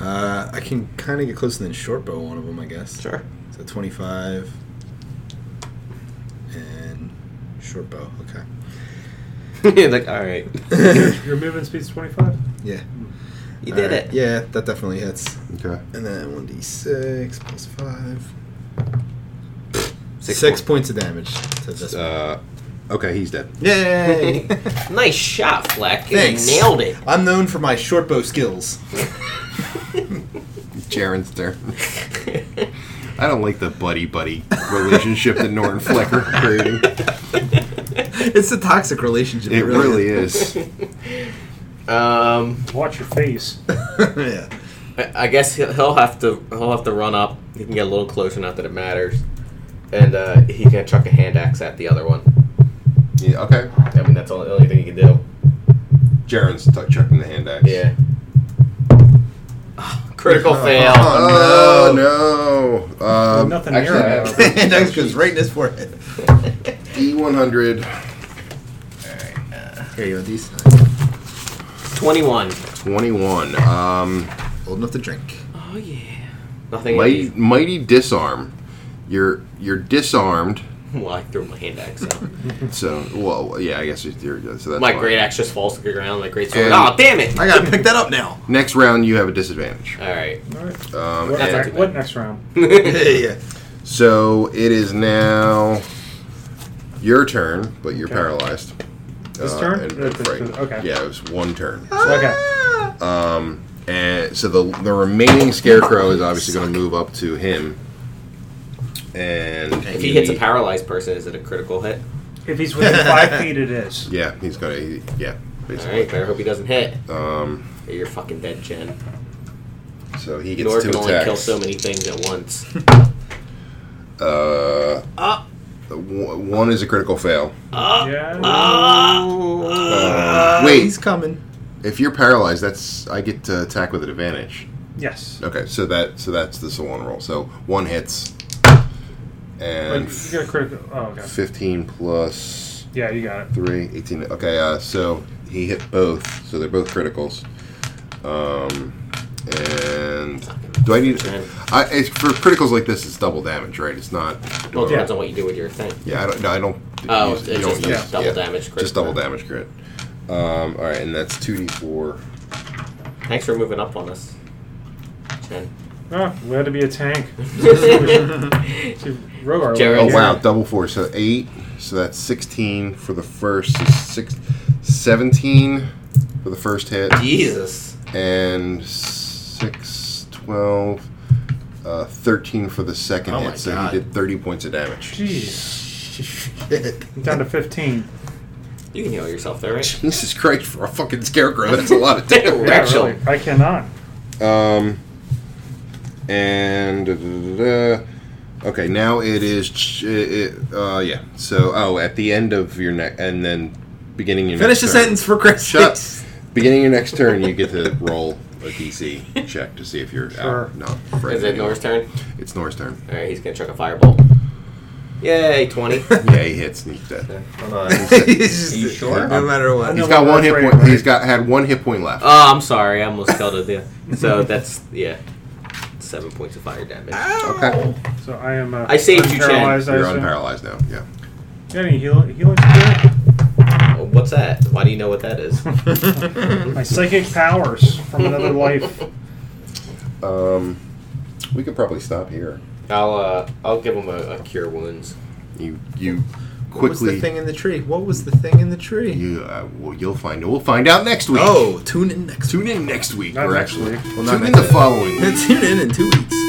C: Uh, I can kind of get closer than short bow on one of them, I guess.
D: Sure.
C: So 25 and short bow. Okay.
D: like, alright.
E: Your movement speed's 25?
C: Yeah.
D: You
C: All
D: did
C: right.
D: it.
C: Yeah, that definitely hits.
B: okay
C: And then 1d6 plus 5.
D: Six
C: Six,
D: points.
C: points of damage to this.
B: uh, okay he's dead
C: Yay!
D: Nice shot, Fleck. You
C: Thanks.
D: Nailed it.
C: I'm known for my short bow skills.
B: Jaren's turn I don't like the buddy buddy relationship that Norton Fleck are creating
C: it's a toxic relationship.
B: it really is
D: um,
E: Watch your face.
C: yeah.
D: I I guess he'll, he'll have to he'll have to run up. He can get a little closer, not that it matters. And uh, he can chuck a hand axe at the other one.
B: yeah, okay
D: I mean, that's all, the only thing he can do.
B: Jaren's t- chucking the hand axe.
D: Yeah. Ah, Critical fail.
B: Oh, no! Um,
E: Nothing near
B: actually,
E: it.
B: I have-
C: and that goes right in his forehead.
B: D100.
C: Here you go, decent.
D: Twenty-one.
B: 21. Um,
C: Old enough to drink.
D: Oh yeah. Nothing.
B: mighty,
D: Wait.
B: mighty disarm. You're you're disarmed.
D: Well, I threw my hand axe. Out.
B: So well, yeah, I guess you're, you're- so that's
D: my
B: fine.
D: great axe just falls to the ground. My great sword.
B: And-
D: Oh damn it!
C: I gotta pick that up now.
B: Next round, you have a disadvantage.
D: All right.
E: Alright.
B: Um,
E: What,
D: That's not
B: and-
E: next,
D: too bad.
E: what next round?
C: yeah, yeah.
B: so it is now your turn, but you're
E: Okay.
B: paralyzed.
E: This
B: uh,
E: turn?
B: and-
E: Or
B: and
E: the-
B: Frank.
E: the- okay.
B: Yeah, it was one turn.
E: Okay.
B: Um, and so the the remaining scarecrow is obviously going to move up to him. And
F: If
D: If he hits a paralyzed person, is it a critical hit?
E: If he's within five feet, it is.
B: yeah, he's gonna he, yeah.
D: All
B: Basically.
D: right, better hope he doesn't hit.
B: Um,
D: Or You're fucking dead, Jen.
B: so he gets
D: Nor
B: two
D: can only kill
B: attacks.
D: so many things at once.
B: uh,
D: Ah.
B: the wo- one is a critical fail.
E: Yeah.
D: uh.
B: Uh,
C: Oh, he's
B: wait,
C: coming.
B: if you're paralyzed, that's I get to attack with an advantage.
E: yes.
B: Okay, so that so that's the Solon roll. So one hits,
E: But
B: and
E: you got a critical. Oh, okay.
B: fifteen plus
E: Yeah, you got it.
B: Three, 18. Okay, uh, so he hit both, so they're both criticals. Um, and do I need? I it's, for criticals like this, it's double damage, right? It's not.
D: Well, it
E: Yeah.
D: depends on what you do with your thing.
B: Yeah, I don't. No, I don't.
D: Oh,
B: use-
D: it's
B: you don't
D: just a
B: use-
D: double
B: yeah,
D: damage crit.
B: Just double damage crit. Um, all right, and that's two d four.
D: Thanks for moving up on us, Jen.
E: Oh, glad to be a tank. See, Rogar.
D: Jared.
B: Oh
D: Yeah.
B: wow, double four. So eight. So that's sixteen for the first. so Six, 17 for the first hit.
D: Jesus.
B: and 6, 12, uh, 13 for the second
C: Oh my
B: hit. So
C: God.
B: he did 30 points of damage.
E: Jeez. I'm down to 15.
D: You can heal yourself there, right?
B: Jesus Christ, for a fucking scarecrow, that's a lot of damage.
E: Yeah,
D: Rachel.
E: really. I cannot.
B: Um, and. da, da, da, da. Okay, now it is. Ch- it, uh, yeah. So, oh, at the end of your next. And then beginning your
C: Finish the
B: next turn-
C: sentence for Chris.
B: Shut up. Beginning your next turn, you get to roll a DC check to see if you're
E: Sure.
B: out. Not frightened
D: Is it
B: anymore.
D: Nora's turn?
B: It's Nor's turn.
D: All right, he's gonna chuck a fireball. Yay, twenty.
B: Yeah, he hits and Uh, he's dead.
F: Hold on.
C: He's
F: Are you
C: just-
F: sure?
C: No matter what.
E: I know.
B: He's got
E: we're
B: one hit
E: afraid,
B: point.
E: right?
B: He's got had one hit point left.
D: Oh, I'm sorry. I almost killed it. Yeah. So that's yeah, seven points of fire damage.
B: Ah. okay,
E: So I am. Uh,
D: I saved you, Chen.
E: paralyzed, I
B: you're
E: assume.
B: unparalyzed now. Yeah.
E: You got any heal- healing spirit?
D: Oh, What's that? Why do you know what that is?
E: My psychic powers from another life.
B: Um, we could probably stop here.
D: I'll uh, I'll give him a, a cure wounds.
B: You you
C: What was the
B: quickly.
C: thing in the tree? What was the thing in the tree?
B: You uh, well, you'll find. We'll find out next week.
C: oh, tune in next.
B: tune in next week.
E: Not
B: or
E: next
B: actually,
E: week.
B: Well,
C: Not
B: tune in
C: next
B: the following week.
C: tune in in two weeks.